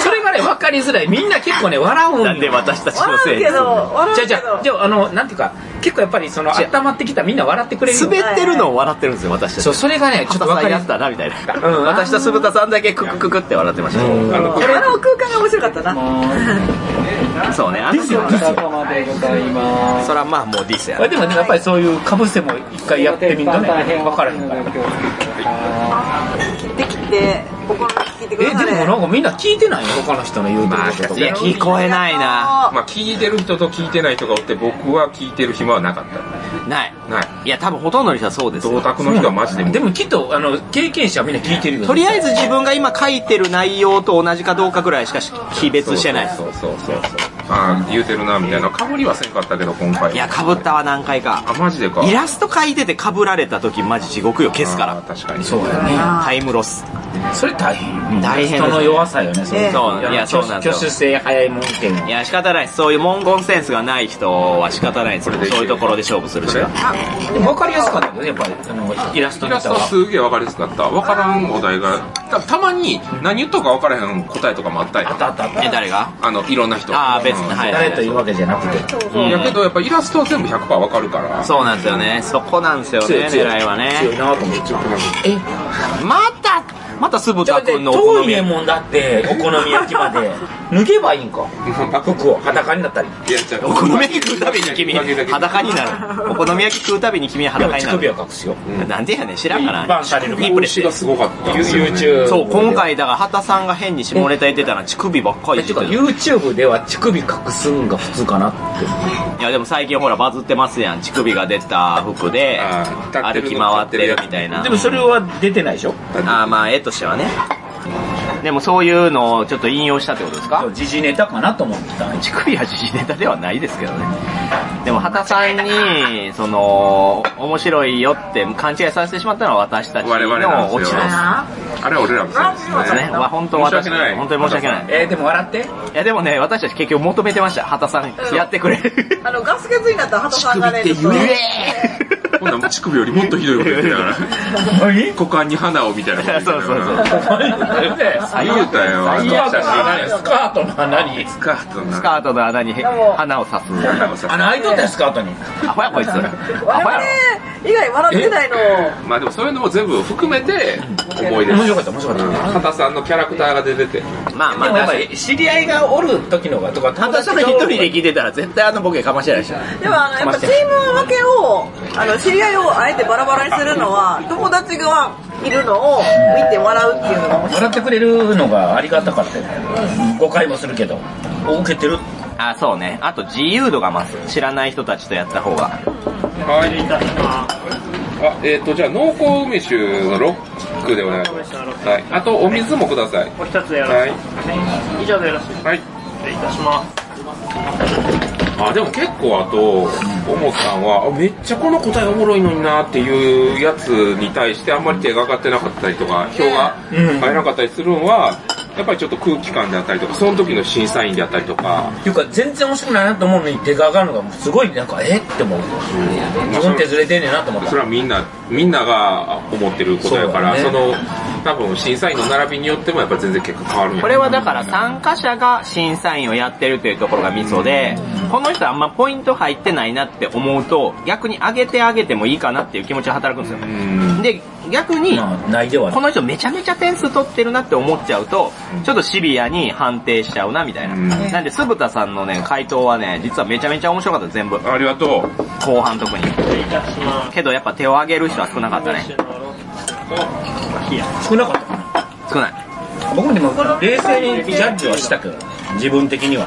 Speaker 1: それがね分かりづらいみんな結構ね笑うんだ
Speaker 5: なんで私たちの
Speaker 4: 笑
Speaker 5: せ
Speaker 4: う
Speaker 5: いに
Speaker 4: けど笑
Speaker 1: じゃあ
Speaker 4: う
Speaker 1: じ
Speaker 4: け
Speaker 1: ゃあじ
Speaker 4: ど
Speaker 1: ゃああのなんていうか結構やっぱりその
Speaker 5: 違う
Speaker 1: 温まってきたらみんな笑ってくれるよ
Speaker 5: 滑ってるのを笑ってるんですよ私たち
Speaker 1: そうそれがねちょっと
Speaker 5: 分
Speaker 1: 分
Speaker 5: か
Speaker 1: か
Speaker 5: り
Speaker 1: り
Speaker 5: や
Speaker 1: や
Speaker 5: す
Speaker 1: す
Speaker 5: た
Speaker 1: か
Speaker 5: なみたいな、
Speaker 1: うん
Speaker 5: 私と鈴田さんだけククククって笑ってました、
Speaker 3: あの
Speaker 4: あの空間が面白かったな
Speaker 5: そうねあの人は
Speaker 9: 様でございます。
Speaker 5: それはまあもうディスや
Speaker 1: あでもねやっぱりそういうかぶせも一回やってみんとね分からへんから
Speaker 9: お気をつけくださ
Speaker 4: できてここ聞いて
Speaker 1: え
Speaker 4: く
Speaker 1: で
Speaker 4: ださい
Speaker 1: もなんかみんな聞いてないよ他の人の言うてること
Speaker 5: いや聞こえないな
Speaker 3: まあ聞いてる人と聞いてない人がおって僕は聞いてる暇はなかっ
Speaker 5: ない
Speaker 3: たない
Speaker 5: いや多分ほとんどの人はそうです
Speaker 3: 同
Speaker 5: よ
Speaker 3: 卓の人はマジで無
Speaker 1: で
Speaker 3: 理
Speaker 1: もきっとあの経験者はみんな聞いてるよね
Speaker 5: とりあえず自分が今書いてる内容と同じかどうかぐらいしか識別してないです
Speaker 3: そうそうそうそうあー言うてるなみたいなかぶりはせんかったけど今回
Speaker 5: いや、かぶったわ、何回か。
Speaker 3: あマジでか
Speaker 5: イラスト描いててかぶられた時、マジ地獄よ、消すから
Speaker 3: あ。ー確かに
Speaker 1: そうだね。
Speaker 5: タイムロス。
Speaker 1: それ大変。
Speaker 5: 大変です
Speaker 1: 人の弱さよね、それ。
Speaker 5: そう、いや、そうなんで
Speaker 1: 挙
Speaker 5: す
Speaker 1: 手性
Speaker 5: よ。
Speaker 1: 早いもんっていうの
Speaker 5: いや、仕方ないです。そういう文言センスがない人は仕方ないです。そう
Speaker 3: れでいい
Speaker 5: いうところで勝負するしか。
Speaker 1: でも分かりやすかったよね、やっぱり。あの、イラスト
Speaker 3: イ
Speaker 1: ネ
Speaker 3: ラス
Speaker 1: タ
Speaker 3: ト
Speaker 1: は。
Speaker 3: すげえ分かりやすかった分からんお題がたたまに何言っとくか分からへん答えとかもあったり
Speaker 1: あったあったあった。
Speaker 5: え、誰が
Speaker 3: あのいろんな人
Speaker 5: ああ、別に、
Speaker 3: うん
Speaker 5: はい。
Speaker 1: 誰というわけじゃなくて。
Speaker 5: うん
Speaker 3: やけどやっぱイラストは全部100%分かるから
Speaker 5: そうなんですよね。そこなんですよね、狙い
Speaker 1: 強
Speaker 5: は
Speaker 1: い
Speaker 5: ね。
Speaker 1: なと思って。え、
Speaker 5: また、また鈴
Speaker 1: じゃあ待って
Speaker 5: 田君のお好
Speaker 1: 遠い
Speaker 5: み
Speaker 1: ねん
Speaker 5: 焼き。
Speaker 1: もんだって、お好み焼きまで。脱げばいいんか。服を裸になったり。
Speaker 3: いやじゃあ
Speaker 5: お好み焼き食うたびに 君、
Speaker 3: だけだけ
Speaker 5: 裸になる。お好み焼き食うたびに君は
Speaker 1: でも
Speaker 5: 裸に
Speaker 1: 乳首
Speaker 5: なる。
Speaker 1: は隠すよ。
Speaker 5: なんでやねん、知らんから。
Speaker 1: 一般されるから
Speaker 5: いいプレス
Speaker 3: 牛がすごかったんですよね
Speaker 1: YouTube。
Speaker 5: そう、今。回、だから、畑さんが変に下ネタ言ってたら、乳首ばっかり
Speaker 1: え、
Speaker 5: して
Speaker 1: か
Speaker 5: てる。
Speaker 1: YouTube では乳首隠すんが普通かなって。
Speaker 5: いや、でも最近ほら、バズってますやん。乳首が出た服で
Speaker 3: あ、ー
Speaker 5: 歩き回ってるみたいな。
Speaker 1: でもそれは出てないでしょ
Speaker 5: あーまあ、絵としてはね。でもそういうのをちょっと引用したってことですか
Speaker 1: 時事ネタかなと思ってたん
Speaker 5: 乳首は時事ネタではないですけどね。でも、畑さんに、その、面白いよって勘違いさせてしまったのは私たち
Speaker 3: 我々なんです
Speaker 5: のオ
Speaker 3: よ
Speaker 5: チです。
Speaker 3: あれは俺らのせいで
Speaker 5: ですすね。
Speaker 3: ね
Speaker 5: まあ、本当私、
Speaker 3: 申し訳ない
Speaker 5: 本当に申し訳ない。
Speaker 1: えー、でも笑って。
Speaker 5: いやでもね、私たち結局求めてました。畑さん、やってくれ。
Speaker 4: あの、ガス欠になった畑さんがね、
Speaker 5: 乳首って言え
Speaker 3: ほんなら乳首よりもっとひどいこと言って たから股間に花をみたいなこと言ってたから
Speaker 5: そうそうそう
Speaker 3: 言うたよあの写真
Speaker 1: スカートの花に。
Speaker 3: スカートな
Speaker 5: スカートの穴にへ花を刺す。
Speaker 3: 花をさ
Speaker 1: あの、開いとったよスカートに。
Speaker 5: アホやこいつ。ア
Speaker 4: 我
Speaker 5: ホ
Speaker 4: 々
Speaker 5: や
Speaker 4: 以外笑ってないの。
Speaker 3: まあでもそういうのも全部含めて思い出
Speaker 1: 面白かった面白かった
Speaker 3: 畑さんのキャラクターが出てて
Speaker 5: ろ。まあま
Speaker 1: で
Speaker 5: あ
Speaker 1: もやっ
Speaker 5: 確
Speaker 1: ぱ
Speaker 5: かに。
Speaker 1: り、知り合いがおる時の方が、とか、た
Speaker 5: 畑さんが一人で聞いてたら絶対あのボケかましてないでしょ。
Speaker 4: でもあの、やっぱチーム分けを、あの、知り合いをあえてバラバラにするのは、友達がいるのを見て笑うっていうのが面白い。
Speaker 1: 笑ってくれるのがありがたかったよね。誤解もするけど。お受けてる。
Speaker 5: あ、そうね。あと自由度が増す。知らない人たちとやった方が。
Speaker 3: はいあえっ、とじゃあ濃厚梅酒のロックでお願いしますはいあとお水もください
Speaker 10: お一つよろしい、
Speaker 3: はい
Speaker 10: 以上でよろしいで
Speaker 3: はい
Speaker 10: すいたします
Speaker 3: あでも結構あとおもさんはあめっちゃこの答えおもろいのになっていうやつに対してあんまり手が上がってなかったりとか票が入らなかったりするのはやっぱりちょっと空気感であったりとかその時の審査員であったりとか
Speaker 1: っていうか、全然面白くないなと思うのに手が上がるのが、すごいなんか、えって思う。自分手ずれてんねんなと思った
Speaker 3: そ。れはみんな、みんなが思ってることやから、
Speaker 1: そ
Speaker 3: そう
Speaker 1: だ
Speaker 3: の、多分審査員の並びによってもやっぱ全然結果変わるんや
Speaker 5: これはだから参加者が審査員をやってるというところがミソで、この人あんまポイント入ってないなって思うと、逆に上げてあげてもいいかなっていう気持ちが働くんです
Speaker 3: う
Speaker 5: よ。
Speaker 3: ん。
Speaker 5: で、逆に、
Speaker 1: まあ、ないではな
Speaker 5: こ
Speaker 1: い。
Speaker 5: の人めちゃめちゃ点数取ってるなって思っちゃうと、ちょっとシビアに判定しちゃうなみたいな。
Speaker 3: うん
Speaker 5: なんで、鈴田さんのね、回答はね、実はめちゃめちゃ面白かった、全部。
Speaker 3: ありがとう。
Speaker 5: 後半特に。
Speaker 10: いたします
Speaker 5: けどやっぱ手を挙げる人は少なかったね。
Speaker 1: 少なかったかな。
Speaker 5: 少ない。
Speaker 1: 僕もでも、冷静にジャッジはしたけどね。自分的には。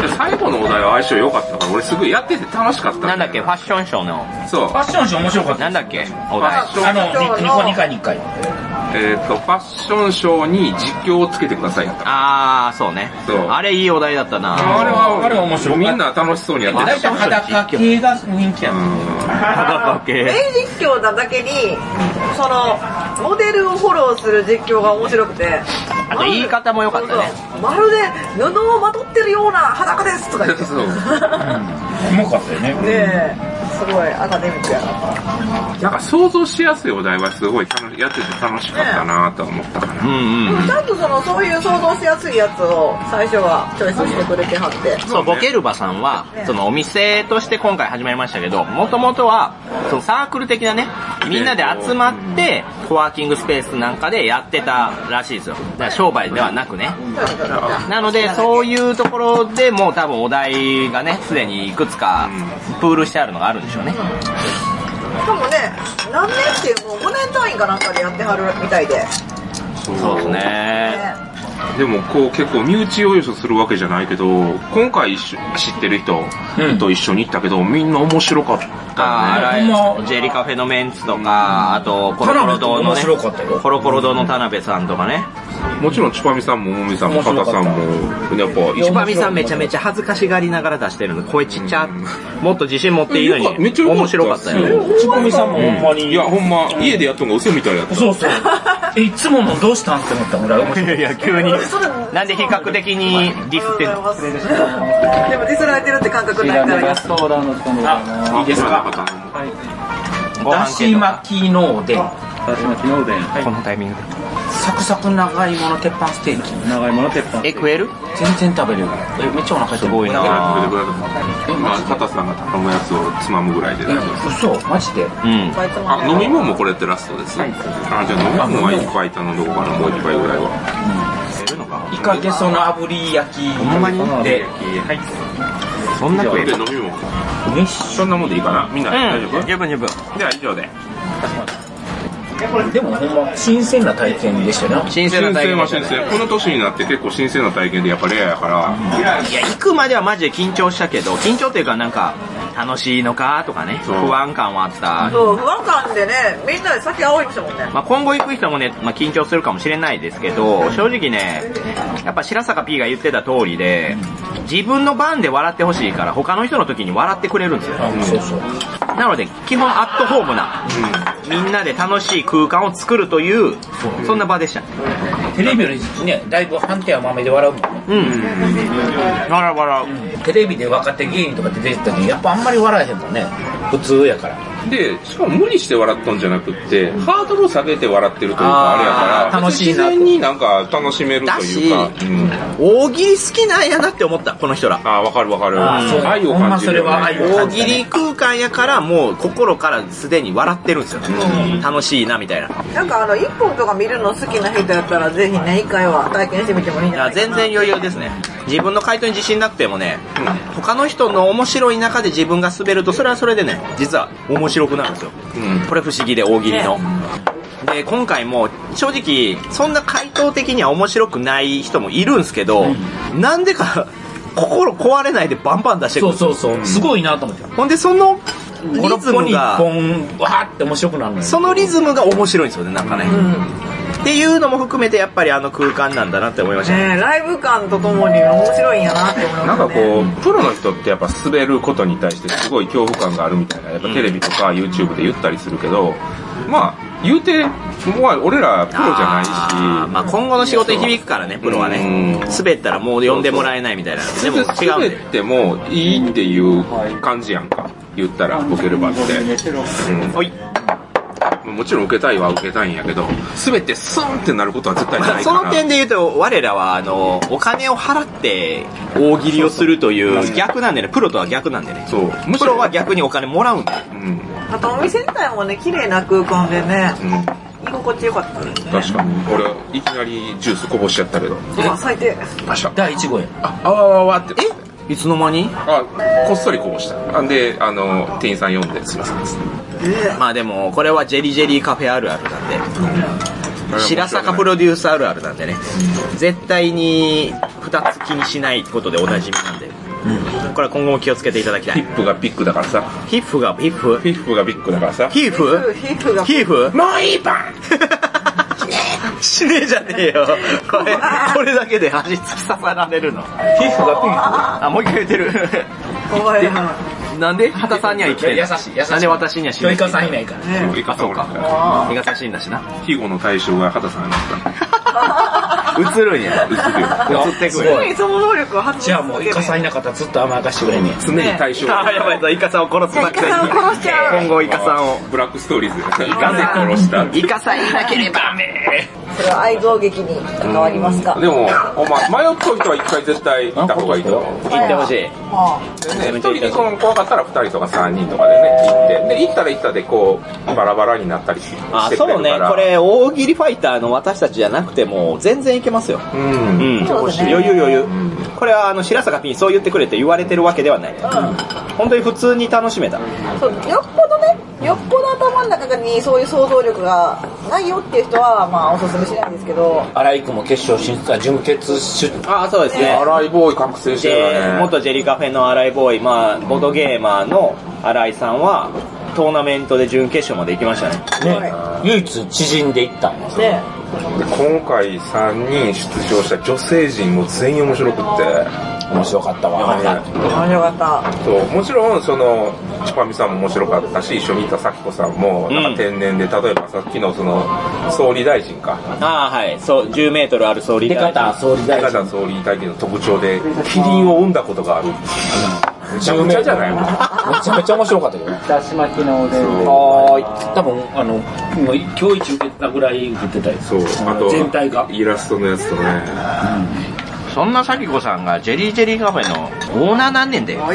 Speaker 3: で最後のお題は相性良かったから、俺すごいやってて楽しかった。
Speaker 5: なんだっけ、ファッションショーの、
Speaker 3: そう
Speaker 1: フ。ァッションショー面白かった。
Speaker 5: なんだっけ、お題。
Speaker 1: あの、ニニコニカニカイ。
Speaker 3: えっ、と、ファッションショーに実況をつけてくださいやった。
Speaker 5: あー、そうね
Speaker 3: そう。
Speaker 5: あれいいお題だったな。
Speaker 3: あれは、
Speaker 1: あれは面白い
Speaker 3: みんな楽しそうにやって
Speaker 1: 大
Speaker 3: た。
Speaker 1: 体裸系が人気や。
Speaker 3: うんん
Speaker 5: 裸
Speaker 4: メ
Speaker 5: 系。
Speaker 4: イン実況なだけに、その、モデルをフォローする実況が面白くて。
Speaker 5: あと言い方も良かったね
Speaker 4: そうそう。まるで布をまとってるような裸ですとか言って。
Speaker 3: そう
Speaker 4: ね
Speaker 1: うまかったよね。
Speaker 4: え、すごいアカデミックやな。
Speaker 3: なんか想像しやすいお題はすごい楽しやってて楽しかったなとは思ったか
Speaker 5: う
Speaker 3: な。
Speaker 5: んうんうん。
Speaker 4: ちゃんとその、そういう想像しやすいやつを最初はチョイスしてくれてはって。
Speaker 5: そう、ボケルバさんは、そのお店として今回始まりましたけど、もともとは、そのサークル的なね、みんなで集まって、コワーキングスペースなんかでやってたらしいですよ。だから商売ではなくね。なので、そういうところでもう多分お題がね、すでにいくつか、プールしてあるのがあるんでしょうね。
Speaker 4: しかもね、何年っていうもう5年単位かなんかでやってはるみたいで。ね
Speaker 5: そうですね。
Speaker 4: え
Speaker 3: でもこう結構身内を予想するわけじゃないけど、今回一緒知ってる人と一緒に行ったけど、みんな面白かった、
Speaker 5: あ
Speaker 3: ね。
Speaker 5: ー
Speaker 1: ほん
Speaker 5: ライ
Speaker 1: ま
Speaker 5: ジェリカフェのメンツとか、あと、コ
Speaker 1: 田
Speaker 5: ロ
Speaker 1: 辺
Speaker 5: コロ
Speaker 1: と
Speaker 5: 堂の
Speaker 1: 面
Speaker 5: ね、
Speaker 1: 白かったよ。
Speaker 5: コロコロ堂の田辺さんとかね、
Speaker 3: もちろんチュパミさんももみさんも
Speaker 1: 面
Speaker 3: カ
Speaker 1: 白
Speaker 3: タ
Speaker 1: かった
Speaker 3: さんもやっぱ
Speaker 5: 一
Speaker 3: 一
Speaker 5: 番みさんめちゃめちゃ恥ずかしがりながら出してるの声ちっちゃ、もっと自信持っていいの
Speaker 3: よか
Speaker 5: に
Speaker 3: めっちゃ
Speaker 5: 面白かったよ
Speaker 3: よ
Speaker 1: チコミさんもほんまに、
Speaker 3: いやほんま家でやっとんが嘘みたいやった
Speaker 1: そうそうえいつものどうしたんって思ったぐらい面白い
Speaker 5: いや急になんで比較的にディスってんの
Speaker 4: でもディスられてるって感覚ないから。
Speaker 9: ストオーダーの時間でございます。
Speaker 1: いいですか
Speaker 5: ご
Speaker 1: だ
Speaker 5: 飯
Speaker 1: し
Speaker 5: 系の
Speaker 1: 巻きのおでん
Speaker 9: 私も昨日で、
Speaker 5: このタイミングで
Speaker 1: サクサク長芋の鉄板ステーキ
Speaker 9: 長いもの鉄板。
Speaker 5: え食える
Speaker 1: 全然食べれるえめっちゃお腹すごい
Speaker 3: だから食べてください今カタさんが頼むやつをつまむぐらいで大丈夫です
Speaker 1: 嘘マジで
Speaker 5: うん
Speaker 3: あ飲み物もこれってラストですねあじゃあ飲み物は一杯頼んどこうかなもう一杯ぐらいは
Speaker 1: イカゲソの炙り焼きで
Speaker 5: そんな食え
Speaker 3: で
Speaker 5: る
Speaker 3: 飲み物そんなもんでいいかなみんな大丈夫
Speaker 5: 十分十分
Speaker 3: では以上で
Speaker 1: でもほんま新鮮な体験でしたよね
Speaker 5: 新鮮な
Speaker 3: 新
Speaker 5: 体
Speaker 3: 鮮
Speaker 5: 験
Speaker 3: は新鮮この年になって結構新鮮な体験でやっぱレアやから
Speaker 5: いや行くまではマジで緊張したけど緊張っていうかなんか楽しいのかとかね不
Speaker 3: そう
Speaker 5: 安感はあった
Speaker 4: そう、不安感でね、みんなで先青いましたもんね。
Speaker 5: まあ、今後行く人もね、まあ、緊張するかもしれないですけど、正直ね、やっぱ白坂 P が言ってた通りで、自分の番で笑ってほしいから、他の人の時に笑ってくれるんですよ。
Speaker 1: そうそう
Speaker 5: なので、基本アットホームな、みんなで楽しい空間を作るという、そんな場でした。
Speaker 1: テレビよりねだいぶ判定は豆で笑うもんね
Speaker 5: うん。笑う笑
Speaker 1: テレビで若手芸人とか出てきた時やっぱあんまり笑えへんもんね普通やから
Speaker 3: でしかも無理して笑っとんじゃなくってハードルを下げて笑ってるというか
Speaker 1: あ
Speaker 3: あれや
Speaker 1: ー
Speaker 3: から
Speaker 1: 楽しいなと
Speaker 3: 自然になんか楽しめるというか
Speaker 5: だし
Speaker 3: うん
Speaker 5: う。大喜利好きなんやなって思った、この人ら。
Speaker 3: あーわかるわかる
Speaker 1: あーそう
Speaker 3: 愛を感じるよ
Speaker 1: ほんまそれは愛を
Speaker 3: ね
Speaker 5: 大喜利空間やから、もう心からすでに笑ってるんですよ。楽しいな、みたいな。
Speaker 4: なんかあの、一本とか見るの好きな人やったら、ぜひね、一回は体験してみてもいいん
Speaker 5: い
Speaker 4: じゃな
Speaker 5: や
Speaker 4: いかな
Speaker 5: 全然余裕ですね自分の回答に自信なくてもね、他の人の面白い中で自分が滑るとそれはそれでね実は面白くなるんですよ
Speaker 3: うん
Speaker 5: これ不思議で大喜利の、で今回も正直そんな回答的には面白くない人もいるんですけど、なんでか心壊れないでバンバン出してく
Speaker 1: そ
Speaker 5: る
Speaker 1: うそうそうすごいなと思って
Speaker 5: ほんでそのリ
Speaker 1: 56
Speaker 5: ズ
Speaker 1: 本
Speaker 5: ム
Speaker 1: に1
Speaker 5: が
Speaker 1: 本わーって面白くなるのよ
Speaker 5: そのリズムが面白いんですよねなんかね、っていうのも含めてやっぱりあの空間なんだなって思いましたね
Speaker 4: ねライブ感とともに面白いんやなって思いますね。
Speaker 3: なんかこう、プロの人ってやっぱ滑ることに対してすごい恐怖感があるみたいな、やっぱテレビとか YouTube で言ったりするけど、まあ、言うて、もう俺らプロじゃないし、
Speaker 5: あーまあ、今後の仕事に響くからねプロはね
Speaker 3: うん
Speaker 5: 滑ったらもう呼んでもらえないみたいなでも
Speaker 3: 滑
Speaker 5: 違うん
Speaker 3: 滑
Speaker 5: で
Speaker 3: ってもいいっていう感じやんか、言ったら、ボケる場って。
Speaker 5: ほい
Speaker 3: うんもちろん受けたいは受けたいんやけど、滑ってスンってなることは絶対ないか
Speaker 5: そ
Speaker 3: ら。
Speaker 5: の点で言うと我らはあのお金を払って大喜利をするという逆なんでねプロとは逆なんでね
Speaker 3: そう。む
Speaker 5: プロは逆にお金もらうんで
Speaker 3: うん。
Speaker 4: あとお店自体もね、綺麗な空間でね、
Speaker 3: うん。
Speaker 4: 居心地よかったですね。
Speaker 3: 確かに。俺、いきなりジュースこぼしちゃったけど。
Speaker 4: うわ最低。
Speaker 3: パシャ。
Speaker 1: 第1号や
Speaker 3: あ、あわわわって。
Speaker 5: いつの間に
Speaker 3: あ、こっそりこぼした。あんで、あの、店員さん呼んで、すいません。
Speaker 5: まあでもこれはジェリジェリーカフェあるあるなんで白坂プ
Speaker 3: ロ。
Speaker 5: ロデュースあるあるなんでね絶対に2つ気にしないことでおなじみなんで、これは今後も気をつけていただきた
Speaker 3: ヒ
Speaker 5: い
Speaker 3: ップがビッグだからさ。
Speaker 5: 皮膚が皮膚
Speaker 3: ヒップがビッグだからさ。
Speaker 5: 皮膚
Speaker 4: 皮膚が。
Speaker 5: 皮膚
Speaker 3: もういいパン
Speaker 5: 死ねえじゃねえよ。これ、これだけで足突き刺さられるの。
Speaker 3: ヒップがピン
Speaker 5: あ、もう一回言ってる。
Speaker 4: お前らの。
Speaker 5: なんで畑さんには生きてる
Speaker 1: 優しい優しい
Speaker 5: なんで私には死
Speaker 1: 今日イ
Speaker 5: ねえ
Speaker 1: カさんいないから
Speaker 4: ね
Speaker 3: ク。いかそうか。
Speaker 5: あ、イカさん死んだしな。
Speaker 3: ヒゴの対象が畑さんやった。
Speaker 5: 映るんや。
Speaker 3: 映るよ。
Speaker 5: 映ってく
Speaker 1: す
Speaker 5: る
Speaker 1: ご。
Speaker 4: すごいその能力を発揮
Speaker 1: じゃあもうイカさんいなかったらずっと甘やかしてくれんね
Speaker 3: 常に対象。
Speaker 5: あー、やばいぞ、イカさんを殺す作
Speaker 4: イカさんを殺しちゃう
Speaker 5: 今後イカさんを。
Speaker 3: ブラックストーリーズ。ガゼ殺した。
Speaker 5: イカさんいなければ。
Speaker 4: それは愛憎劇に関わりますか
Speaker 3: でも、お前、迷っとる人は一回絶対行った方がいいと思う。
Speaker 5: 行ってほしい。
Speaker 4: あ
Speaker 3: でね、一人でこの怖かったら二人とか三人とかでね、行って。で、行ったら行ったで、こう、バラバラになったりしてくれるから
Speaker 5: あ、。そうね。こ。れ、大喜利ファイターの私たちじゃなくても、全然いけますよ。
Speaker 3: う。
Speaker 5: うんん。
Speaker 4: そうですね
Speaker 5: 余裕余裕
Speaker 3: ん。
Speaker 5: これは、あの、白坂 P にそう言ってくれって言われてるわけではない。本当に普通に楽しめた。
Speaker 4: あそうよっぽどねよっぽど頭の中にそういう想像力がないよっていう人はまあおすすめしないんですけど
Speaker 1: 荒井君も決勝進出は準決出
Speaker 5: ああ、そうですね。
Speaker 3: 荒いボーイ覚醒してる
Speaker 5: で
Speaker 3: よ、ね。
Speaker 5: 元ジェリカフェの荒井ボーイ、まあ、ボードゲーマーの荒井さんは、トーナメントで準決勝まで行きましたね。
Speaker 1: ね唯一知人で行ったんです
Speaker 4: ね
Speaker 3: で今回3人出場した女性陣も全員面白くって
Speaker 6: 面白かったわ。
Speaker 3: ね
Speaker 4: 面白かっ
Speaker 3: そうもちろんそのチュパミさんも面白かったし一緒にいた咲子さんもなんか天然で、例えばさっきのその総理大臣か
Speaker 11: ああ、はい。そう、10メートルある総理
Speaker 6: 出
Speaker 11: 大臣。
Speaker 6: 方総理大
Speaker 3: 高
Speaker 6: 臣。
Speaker 3: 田総理大臣の特徴でキリンを産んだことがあるめちゃめちゃじゃない
Speaker 6: めちゃめちゃ面白かったけどね。
Speaker 9: だし巻きのおでん
Speaker 1: あ多分あのもう今日一受けたぐらい受けてたよ
Speaker 3: そうあと
Speaker 1: 全体が
Speaker 3: イラストのやつとね
Speaker 5: そんなさきこさんがジェリージェリーカフェのオーナーなんねんで。
Speaker 3: すごいよ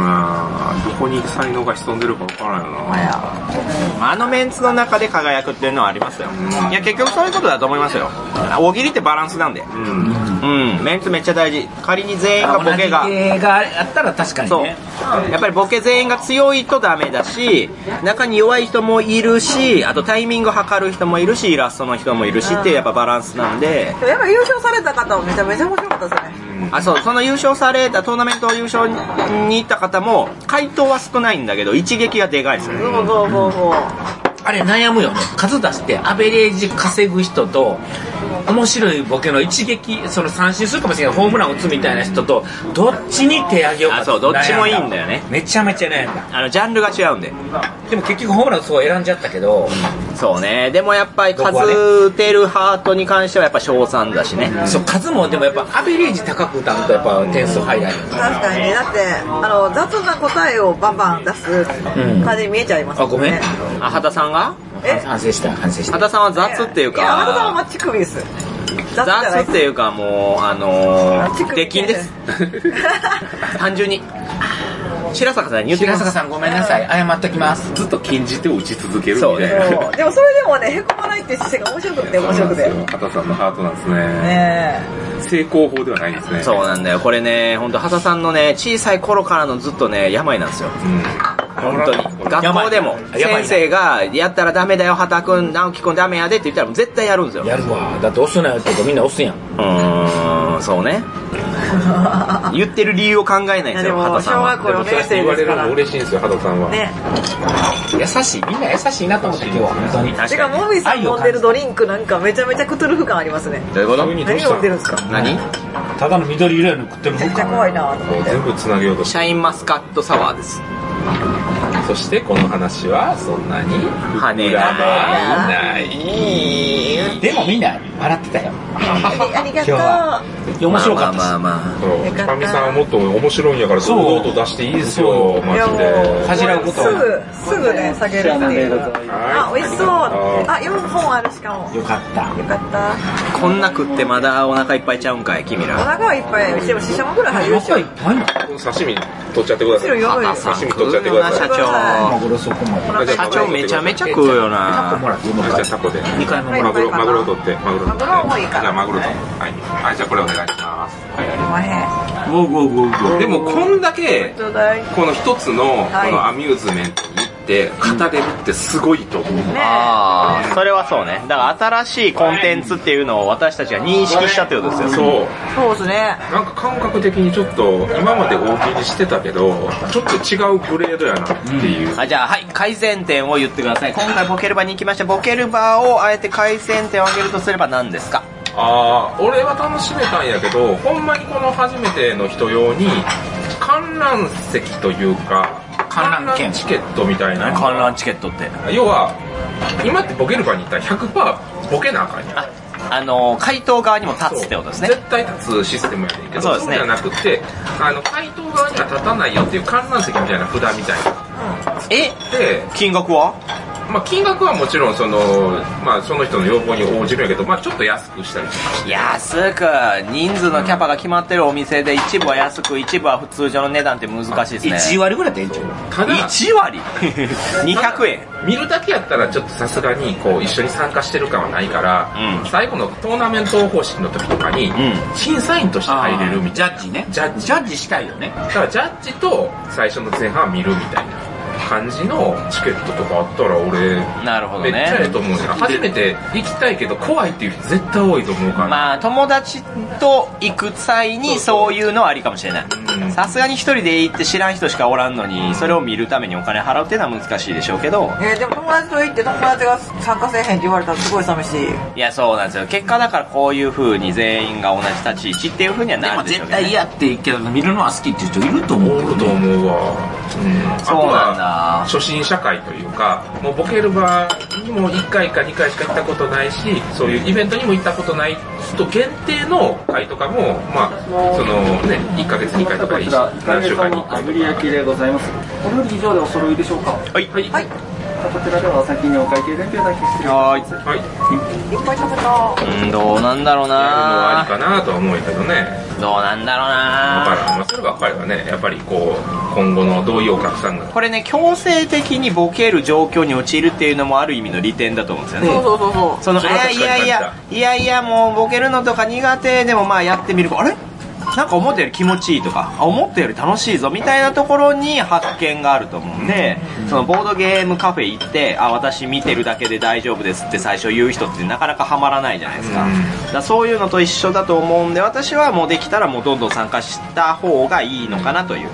Speaker 3: などこに才能が潜んでるかわからんよな
Speaker 5: あのメンツの中で輝くっていうのはありますよ。いや、結局そういうことだと思いますよ。大喜利ってバランスなんで。
Speaker 3: うん
Speaker 5: うん、メンツめっちゃ大事。仮に全員がボケが。
Speaker 1: 系があったら確かに
Speaker 5: そう。
Speaker 1: ね
Speaker 5: やっぱりボケ全員が強いとダメだし、中に弱い人もいるし、あとタイミング測る人もいるし、イラストの人もいるしっていうやっぱバランスなんで、
Speaker 4: た。やっぱ優勝された方もめちゃめちゃ面白かったですね。
Speaker 5: あ、そう、その優勝された、トーナメント優勝に行った方も、回答は少ないんだけど、一撃がでかいですよね。
Speaker 4: そうそうそうそう。
Speaker 1: あれ悩むよね数出してアベレージ稼ぐ人と面白いボケの一撃その三振するかもしれないホームラン打つみたいな人とどっちに手上げようか
Speaker 5: あそうどっちもいいんだよね
Speaker 1: めちゃめちゃ悩んだ
Speaker 5: あの、ジャンルが違うんで。
Speaker 1: でも結局ホームランそう選んじゃったけど
Speaker 5: そうね。でもやっぱり、
Speaker 1: 僕はね
Speaker 5: 数打てるハートに関してはやっぱ賞賛だしね。
Speaker 1: そう数もでもやっぱアベレージ高く打たんとやっぱ点数入らない
Speaker 4: 確かにね。だって、あの、雑な答えをバンバン出す感じに見えちゃいます
Speaker 1: あ
Speaker 4: もね。
Speaker 1: ごめん
Speaker 5: あ、畑さんが
Speaker 4: え
Speaker 6: 反省した、反省した。
Speaker 5: 畑さんは雑っていう
Speaker 4: いや、あなたは
Speaker 5: か、
Speaker 4: マッチ首です。雑じゃな
Speaker 5: 雑
Speaker 4: い
Speaker 5: っ
Speaker 4: です。
Speaker 5: ていうかもう、あの
Speaker 4: あ乳
Speaker 5: ー、
Speaker 4: 首
Speaker 5: 出禁です。単純に。白坂さんに言ってく
Speaker 6: 平
Speaker 5: ださ
Speaker 6: 坂さんごめんなさい。謝っときます。
Speaker 3: ずっと禁じ手を打ち続けるみ
Speaker 5: そう
Speaker 3: たいな
Speaker 5: ね
Speaker 4: そうでもそれでもね、へこまないっていう姿勢が面白くて面白くて。ね
Speaker 3: 畑さんのハートなんですね
Speaker 4: え。
Speaker 3: 成功法ではないんですね
Speaker 5: い。そうなんだよ。これね、ほんと、畑さんのね、小さい頃からのずっとね、病なんですよ。
Speaker 3: うん
Speaker 5: 本当に。学校でも、
Speaker 1: 病
Speaker 5: 先生が、やったらダメだよ、畑くん、直樹くんダメやでって言ったらもう絶対やるんですよ。
Speaker 1: やるわだって押すなよって言うとみんな押すやん
Speaker 5: うーん、そうね。言ってる理由を考えないんで
Speaker 4: いや
Speaker 5: す
Speaker 4: で
Speaker 5: よ、
Speaker 4: も、
Speaker 5: 畑さん
Speaker 4: 小学
Speaker 5: は。
Speaker 4: 校4年生
Speaker 3: 言われ
Speaker 4: です
Speaker 3: る
Speaker 4: か
Speaker 3: の
Speaker 4: ら。
Speaker 3: も
Speaker 4: ね。
Speaker 3: 嬉しいんですよ、畑さんは。
Speaker 1: 優しいみんな優しいなと思った今日は本当に
Speaker 4: てか、モビさん飲んでるドリンクなんかめちゃめちゃクトゥルフ感ありますね。
Speaker 5: どういうこと
Speaker 3: 急にどう
Speaker 4: 何
Speaker 3: し
Speaker 4: 飲んでるん
Speaker 3: た
Speaker 4: ですか
Speaker 5: 何
Speaker 12: ただの緑色やの食ってる
Speaker 4: めっちゃ怖いなと思
Speaker 3: の
Speaker 4: って。
Speaker 3: 全部つなげようとし
Speaker 5: シャインマスカットサワーです。
Speaker 3: た。そして、この話はそんなに
Speaker 5: 跳ね
Speaker 3: 膨らまない。
Speaker 6: でもみんな笑ってたよ。
Speaker 4: ありが
Speaker 6: 今日は
Speaker 4: とう。
Speaker 5: 面白
Speaker 6: かった
Speaker 5: まあまあまあま
Speaker 3: そう
Speaker 4: よかった
Speaker 3: かみさんはもっと面白いんやから、堂々と出していいですよ、マ
Speaker 4: い
Speaker 3: ジ
Speaker 4: やもう、
Speaker 3: で。
Speaker 6: 恥じらうことは
Speaker 4: すぐ、すぐね、下げるっていう。あ、美味しそう。
Speaker 3: あ
Speaker 4: あ、4本あるしかも。よ
Speaker 6: よかった。
Speaker 4: かった。
Speaker 5: あ。こんな食ってまだお腹いっぱいちゃうんかい、君
Speaker 4: お
Speaker 5: ら。
Speaker 4: 腹はいっぱい。でも、ししゃもぐらい入るでしょ。
Speaker 3: 刺身取っちゃってください。
Speaker 4: やばい
Speaker 5: 畑
Speaker 4: です
Speaker 5: さん
Speaker 3: 刺
Speaker 4: よ。
Speaker 3: 身
Speaker 5: 食
Speaker 3: 取っちゃっ
Speaker 5: う
Speaker 3: て
Speaker 5: よ
Speaker 3: くだ
Speaker 5: な、社
Speaker 3: さい。
Speaker 4: は
Speaker 5: 長。
Speaker 6: マグロそこまで。
Speaker 4: お腹
Speaker 5: 社長めちゃめちゃ食うよな。
Speaker 3: じゃあタコで。
Speaker 5: 二回も
Speaker 4: らう
Speaker 3: マグロ、マグロ取って、マグロ取って。
Speaker 4: マグロもいいから
Speaker 3: じゃあマグロと。はい。はい、じゃあこれお願いします。
Speaker 4: うまへん。
Speaker 3: でもこんだけ、
Speaker 4: ちょうだい。ね
Speaker 3: この一つの、こ
Speaker 4: はい
Speaker 3: のアミューズメントに行って、語れるってすごいと思う。
Speaker 5: ああ、それはそうね。だから新しいコンテンツっていうのを私たちが認識したってことですよ。
Speaker 3: そう。
Speaker 4: そうですね。
Speaker 3: なんか感覚的にちょっと今まで大喜利してたけどちょっと違うグレードやなっていう、
Speaker 5: あじゃあ、はい、改善点を言ってください。今回ボケルバに行きました。ボケルバをあえて改善点を挙げるとすれば何ですか
Speaker 3: ああ俺は楽しめたんやけどほんまにこの初めての人用に観覧席というか
Speaker 6: 観覧券
Speaker 3: チケットみたいな
Speaker 5: 観覧チケットって。
Speaker 3: 要は今ってボケる場に行ったら100%ボケなあかんやん
Speaker 5: あ、あのー、回答側にも立つってことですね。
Speaker 3: 絶対立つシステムやねんけど
Speaker 5: そうですね
Speaker 3: じゃなくてあの回答側には立たないよっていう観覧席みたいな札みたいな
Speaker 5: え
Speaker 3: で
Speaker 5: 金額は
Speaker 3: まあ、金額はもちろんその、まあ、その人の要望に応じるんやけど、まあ、ちょっと安くしたりとか
Speaker 5: 安く人数のキャパが決まってるお店で一部は安く一部は普通上の値段って難しいですね
Speaker 6: 1割ぐらいでええんちゃう
Speaker 3: ただ
Speaker 5: 1割 ?200 円
Speaker 3: 見るだけやったらちょっとさすがにこう一緒に参加してる感はないから、
Speaker 5: うん
Speaker 3: 最後のトーナメント方式の時とかに、
Speaker 5: ん
Speaker 3: 審査員として入れるみたい
Speaker 6: ジャッジね。
Speaker 3: ジャッジ
Speaker 6: ジャッジしたいよね。
Speaker 3: なだからジャッジと最初の前半見るみたいな感じのチケットとかあったら俺、
Speaker 5: なるほど
Speaker 3: めっちゃええ
Speaker 5: ね
Speaker 3: と思うじゃん初めて行きたいけど怖いっていう人絶対多いと思うから、
Speaker 5: まあ友達と行く際にそういうのはありかもしれない
Speaker 3: うん
Speaker 5: さすがに一人で行って知らん人しかおらんのにそれを見るためにお金払うっていうのは難しいでしょうけど
Speaker 4: えーでも友達と行って友達が参加せえへんって言われたらすごい寂しい。
Speaker 5: いやそうなんですよ結果だからこういう風に全員が同じ立ち位置っていう風には
Speaker 1: で
Speaker 5: な
Speaker 1: も
Speaker 5: るでしょう
Speaker 1: 絶
Speaker 5: けど、ね、
Speaker 1: 対嫌って言うけど見るのは好きっていう人いると思う
Speaker 3: お
Speaker 1: け
Speaker 3: る
Speaker 1: ど
Speaker 3: と
Speaker 1: ね
Speaker 3: 思うわ、うん、あと
Speaker 5: そうなん
Speaker 3: は
Speaker 5: だ
Speaker 3: 初心者会というかもうボケる場にも1回か2回しか行ったことないしそういうイベントにも行ったことない人限定の会とかもまあそのね1ヶ月2回とか
Speaker 9: こ
Speaker 3: いい
Speaker 9: ち
Speaker 3: し
Speaker 9: ら、イカ
Speaker 3: 何
Speaker 9: ゲ
Speaker 3: 週
Speaker 9: ソ
Speaker 3: 間に
Speaker 9: の
Speaker 3: 1回
Speaker 9: 炙り焼きでございます。お料理以上でお揃いでしょうか。
Speaker 5: はいはい
Speaker 4: はい。いっ
Speaker 9: こちらではお先にお会計だけおだけして
Speaker 5: は
Speaker 3: はい
Speaker 4: ぱい食べた。
Speaker 5: ーいうんどうなんだろう
Speaker 3: やるのはあり
Speaker 5: な
Speaker 3: かなとは思うけどね
Speaker 5: どうなんだろうな
Speaker 3: だから、まあ、そればっかりはねやっぱりこう今後のどういうお客さんが
Speaker 5: これね強制的にボケる状況に陥るっていうのもある意味の利点だと思うんですよね、
Speaker 4: そうそうそうそ
Speaker 5: その
Speaker 3: それは確か
Speaker 5: いや
Speaker 3: に
Speaker 5: いやいやいやもうボケるのとか苦手でもまあやってみるあれなんか思ったより気持ちいいとかあ思ったより楽しいぞみたいなところに発見があると思うんでそのボードゲームカフェ行ってあ私見てるだけで大丈夫ですって最初言う人ってなかなかハマらないじゃないですか
Speaker 3: うん
Speaker 5: だからそういうのと一緒だと思うんで私はもうできたらもうどんどん参加した方がいいのかなという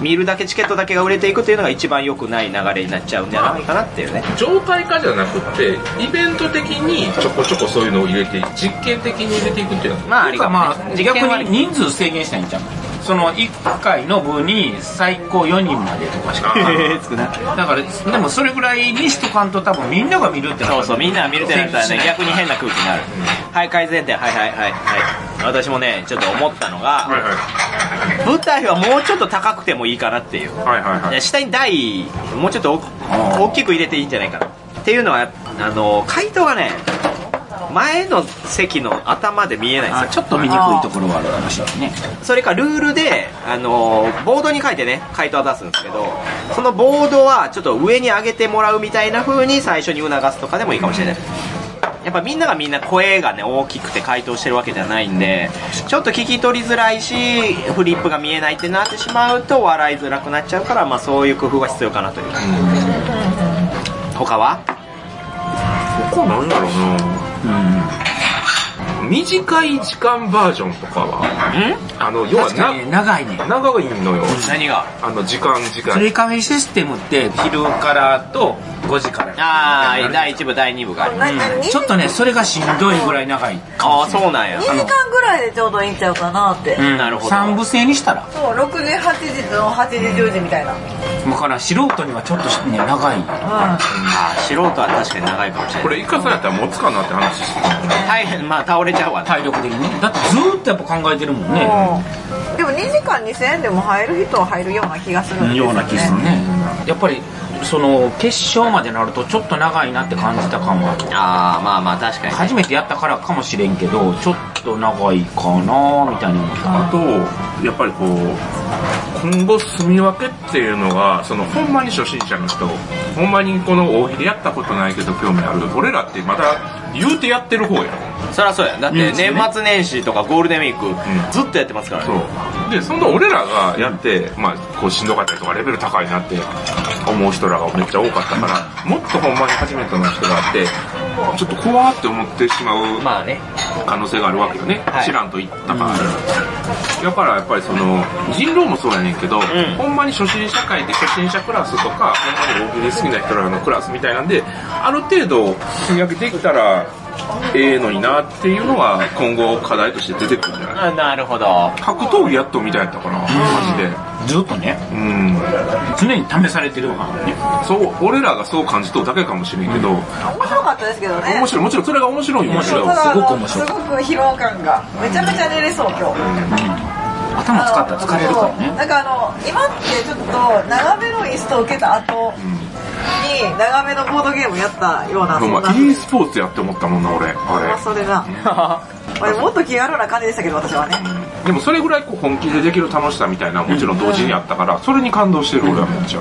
Speaker 5: 見るだけチケットだけが売れていくというのが一番良くない流れになっちゃうんじゃないかなっていうね
Speaker 3: 状態化じゃなくてイベント的にちょこちょこそういうのを入れて実験的に入れていくっていうのは
Speaker 5: まああ
Speaker 1: て
Speaker 5: り
Speaker 1: か
Speaker 5: が
Speaker 1: ま
Speaker 5: と
Speaker 1: あ
Speaker 5: う
Speaker 1: 逆に人数制限したいんちゃうその1回の部に最高4人までとかし か
Speaker 5: 少ない
Speaker 1: だからでもそれぐらいにしとかんと多分みんなが見るってなった
Speaker 5: そ
Speaker 1: ら
Speaker 5: うそう、みんなが見れてないからね、逆に変な空気になる。はい、改善点、はいはいはいはい。私もね、ちょっと思ったのが、
Speaker 3: はいはい
Speaker 5: 舞台はもうちょっと高くてもいいかなっていう。
Speaker 3: はいはいはい
Speaker 5: いや下に台、もうちょっと大き大きく入れていいんじゃないかな。っていうのは、あの、回答がね、前の席の頭で見えないんです
Speaker 6: あ
Speaker 5: よ。
Speaker 6: ちょっと見にくいところはあるかもしれないね
Speaker 5: それかルールで、あのボードに書いてね、回答は出すんですけど、そのボードはちょっと上に上げてもらうみたいな風に最初に促すとかでもいいかもしれない。やっぱみんながみんな声がね、大きくて回答してるわけじゃないんで、ちょっと聞き取りづらいし、フリップが見えないってなってしまうと笑いづらくなっちゃうから、まあそういう工夫は必要かなという。他は
Speaker 3: 他なんだろうな、短い時間バージョンとかは
Speaker 5: ん
Speaker 3: あの要は
Speaker 6: 確かに
Speaker 3: な
Speaker 6: 長いね
Speaker 3: 長いのよ
Speaker 5: 何が
Speaker 3: あの時間時
Speaker 1: プ
Speaker 3: 間
Speaker 1: レカフェシステムって昼からと5時から
Speaker 5: ああ、第1部、第2部があ
Speaker 4: う。
Speaker 5: る。
Speaker 4: な何
Speaker 1: ちょっとねそれがしんどいぐらい長い
Speaker 5: ああ、そうなんや
Speaker 4: 2。時間ぐらいでちょうどいいんちゃうかなって。
Speaker 5: うん、なるほど。
Speaker 1: 3部制にしたら
Speaker 4: そう、6時、8時の8時、10時みたいな。
Speaker 1: だから素人にはちょっとね長い
Speaker 5: あー素人は確かに長いかもしれない。
Speaker 3: これいかされたら持つかなって話してた
Speaker 5: 大変まあ倒れちゃうわね
Speaker 1: 体力的にねだってずーっとやっぱ考えてるもんね
Speaker 4: うん。でも2時間2000円でも入る人は入るような気がするんですよね。
Speaker 1: ような気するねやっぱりその決勝までなるとちょっと長いなって感じた感は
Speaker 5: ああまあまあ確かに
Speaker 1: 初めてやったからかもしれんけどちょっと長いかなみたいに思った
Speaker 3: あとやっぱりこう今後住み分けっていうのがそのほんまに初心者の人ほんまにこの大喜利やったことないけど興味ある俺らってまだ言うてやってる方や
Speaker 5: そりゃそうやだって年末年始とかゴールデンウィーク、
Speaker 3: ん
Speaker 5: ずっとやってますから
Speaker 3: そ
Speaker 5: ね
Speaker 3: うでそんな俺らがやって、まあこうしんどかったりとかレベル高いなって思う人らがめっちゃ多かったからもっとほんまに初めての人があってちょっと怖って思ってしまう
Speaker 5: まあね
Speaker 3: 可能性があるわけよね、
Speaker 5: はい
Speaker 3: 知らんと言ったから、だからやっぱりその人狼もそうやねんけど、
Speaker 5: ん
Speaker 3: ほんまに初心者会で初心者クラスとかほんまに大喜利好きな人らのクラスみたいなんである程度積み上げてきたらええのになっていうのは今後課題として出てくるんじゃない
Speaker 5: あなるほど
Speaker 3: 格闘技やっとみたいやったかな、マジで。
Speaker 1: ずっとね
Speaker 3: うん。
Speaker 1: 常に試されてるような
Speaker 3: そう、俺らがそう感じとるだけかもしれんけど、
Speaker 4: 面白かったですけどね。
Speaker 3: 面白い、もちろんそれが面白いんやけ
Speaker 4: た
Speaker 3: ど、
Speaker 4: だあ
Speaker 1: す
Speaker 4: の
Speaker 1: ごく面白い
Speaker 4: すごく疲労感が。めちゃめちゃ寝れそう、今日。
Speaker 1: 頭使ったら疲れるから
Speaker 4: そう
Speaker 1: ね
Speaker 4: なんかあの今ってちょっと長めの椅子と受けた後に長めのボードゲームやったような
Speaker 3: ほん
Speaker 4: ん
Speaker 3: ま
Speaker 4: な
Speaker 3: e スポーツやって思ったもんな、俺。
Speaker 4: まあ
Speaker 3: あ
Speaker 4: そ れな俺もっと気軽な感じでしたけど私はね
Speaker 3: れ。でもそれぐらいこう本気でできる楽しさみたいなのはもちろん同時にあったから、それに感動してる俺はめっちゃ。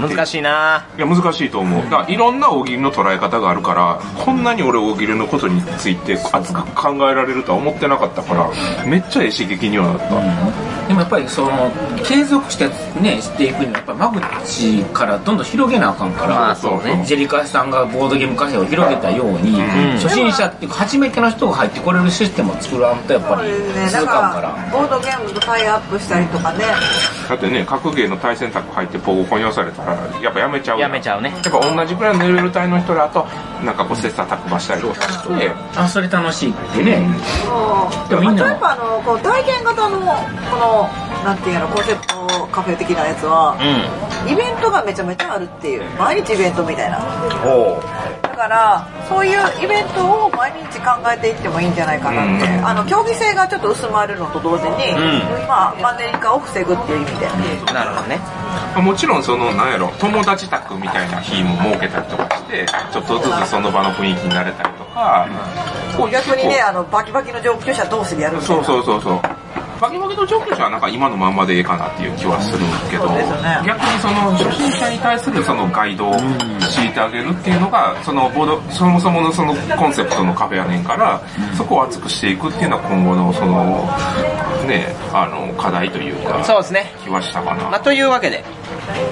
Speaker 5: 難しいない
Speaker 3: や難しいと思うだからいろんな大喜利の捉え方があるからこんなに俺大喜利のことについて熱く考えられるとは思ってなかったからめっちゃええ刺激にはなった、
Speaker 1: でもやっぱりその継続してねしていくにはやっぱり間口からどんどん広げなあかんから、
Speaker 5: まあそうね
Speaker 1: ジェリカさんがボードゲームカフェを広げたように、初心者っていうか初めての人が入ってこれるシステムを作らんとやっぱり
Speaker 4: そうですね
Speaker 1: 続
Speaker 4: だ
Speaker 1: かんか
Speaker 4: かららボードゲームとタイアップしたりとかね
Speaker 3: だってね格ゲーの対戦卓入ってポゴコン用されたらやっぱやめちゃう
Speaker 5: やめちゃうね
Speaker 3: やっぱ同じくらいのレベル帯の人らとなんかこう切磋琢磨したりとかして
Speaker 1: あそれ楽しいってね、
Speaker 4: そう
Speaker 1: でもみんな
Speaker 4: 例えばあのこう体験型のこのなんていうのコンセプトカフェ的なやつは、イベントがめちゃめちゃあるっていう毎日イベントみたいなだからそういうイベントを毎日考えていってもいいんじゃないかなって、あの競技性がちょっと薄まるのと同時に、まあマンネリ化を防ぐっていう意味で、
Speaker 5: なるほどね
Speaker 3: まあもちろんそのなんやろ友達宅みたいな日も設けたりとかしてちょっとずつその場の雰囲気になれたりとか、こう
Speaker 4: 逆に
Speaker 3: 結
Speaker 4: ね
Speaker 3: 構
Speaker 4: あのバキバキの上級者同士でやるみたい
Speaker 3: そう
Speaker 4: な
Speaker 3: そうそうそうバキバキの上級者はなんか今のまんまでいいかなっていう気はするけど、
Speaker 4: そうですよね
Speaker 3: 逆にその初心者に対するそのガイドを敷いてあげるっていうのがそのボードそもそものそのコンセプトのカフェやねんからそこを厚くしていくっていうのは今後のそのねあの課題というか
Speaker 5: そうですね
Speaker 3: 気はしたかな
Speaker 5: まあ、というわけで、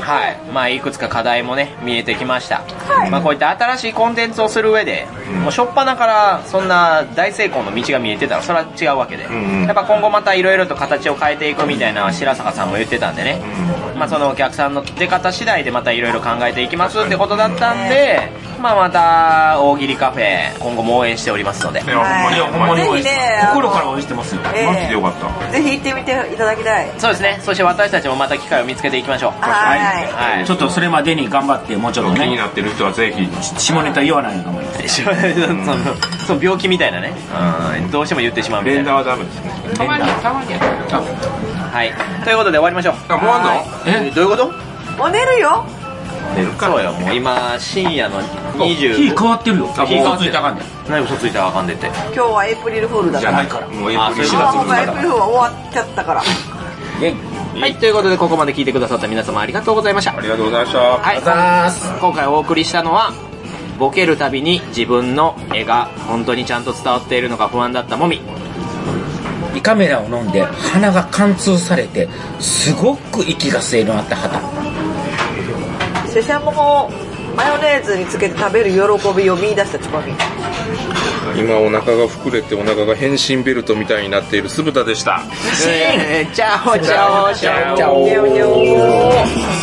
Speaker 5: はい。まあ、いくつか課題もね、見えてきました。まあ、こういった新しいコンテンツをする上で、もう、初っ端から、そんな大成功の道が見えてたら、それは違うわけで。
Speaker 3: んうん
Speaker 5: やっぱ今後また色々と形を変えていくみたいな、白坂さんも言ってたんでね。まあ、そのお客さんの出方次第でまた色々考えていきますってことだったんで、まあ、また、大喜利カフェ、今後も応援しておりますので。
Speaker 3: いやほんまにほんまに
Speaker 4: ぜひねあの
Speaker 12: 心から応援してますよ
Speaker 4: ええ
Speaker 3: マジでよかった
Speaker 4: ぜひ行ってみていただきたい
Speaker 5: そうですね。そして私たちもまた機会を見つけていきましょう。
Speaker 4: はい
Speaker 5: はい
Speaker 6: ち。ょっとそれまでに頑張って、もうちょっと
Speaker 3: 気に
Speaker 6: ね、
Speaker 3: なってる人はぜひ
Speaker 6: 下ネタ言わないのかも。
Speaker 5: その その病気みたいなね、うん、どうしても言ってしまうみた
Speaker 3: 連
Speaker 5: い
Speaker 3: 打
Speaker 5: な。
Speaker 3: はダメですね
Speaker 5: はい。ということで終わりましょう。
Speaker 3: あもうあ
Speaker 5: えどういうこと
Speaker 4: もう寝るよ
Speaker 5: そうよ、もう今、深夜の20。
Speaker 6: 火変わってるよ。
Speaker 3: んのあもう
Speaker 6: ついたかんねん。
Speaker 5: 何嘘ついたらあかんでって。
Speaker 4: 今日はエイプリルフールだ
Speaker 3: じ
Speaker 4: か
Speaker 3: ゃ
Speaker 4: ら
Speaker 3: ないからもうエイプリル
Speaker 5: あそ
Speaker 4: あそううかエイプリルフールは終わっちゃったから
Speaker 5: はい、ということでここまで聞いてくださった皆様ありがとうございました
Speaker 3: あ。りがとうございました
Speaker 5: はい、今回お送りしたのは、ボケるたびに自分の絵が本当にちゃんと伝わっているのか不安だったもみ。
Speaker 1: 胃カメラを飲んで鼻が貫通されてすごく息が吸えるようになった肌
Speaker 4: セシャモもマヨネーズにつけて食べる喜びを見出したつまみ
Speaker 3: 今お腹が膨れてお腹が変身ベルトみたいになっている酢豚でした
Speaker 5: えー、チャオチャオチャオ。
Speaker 4: にゃおにゃお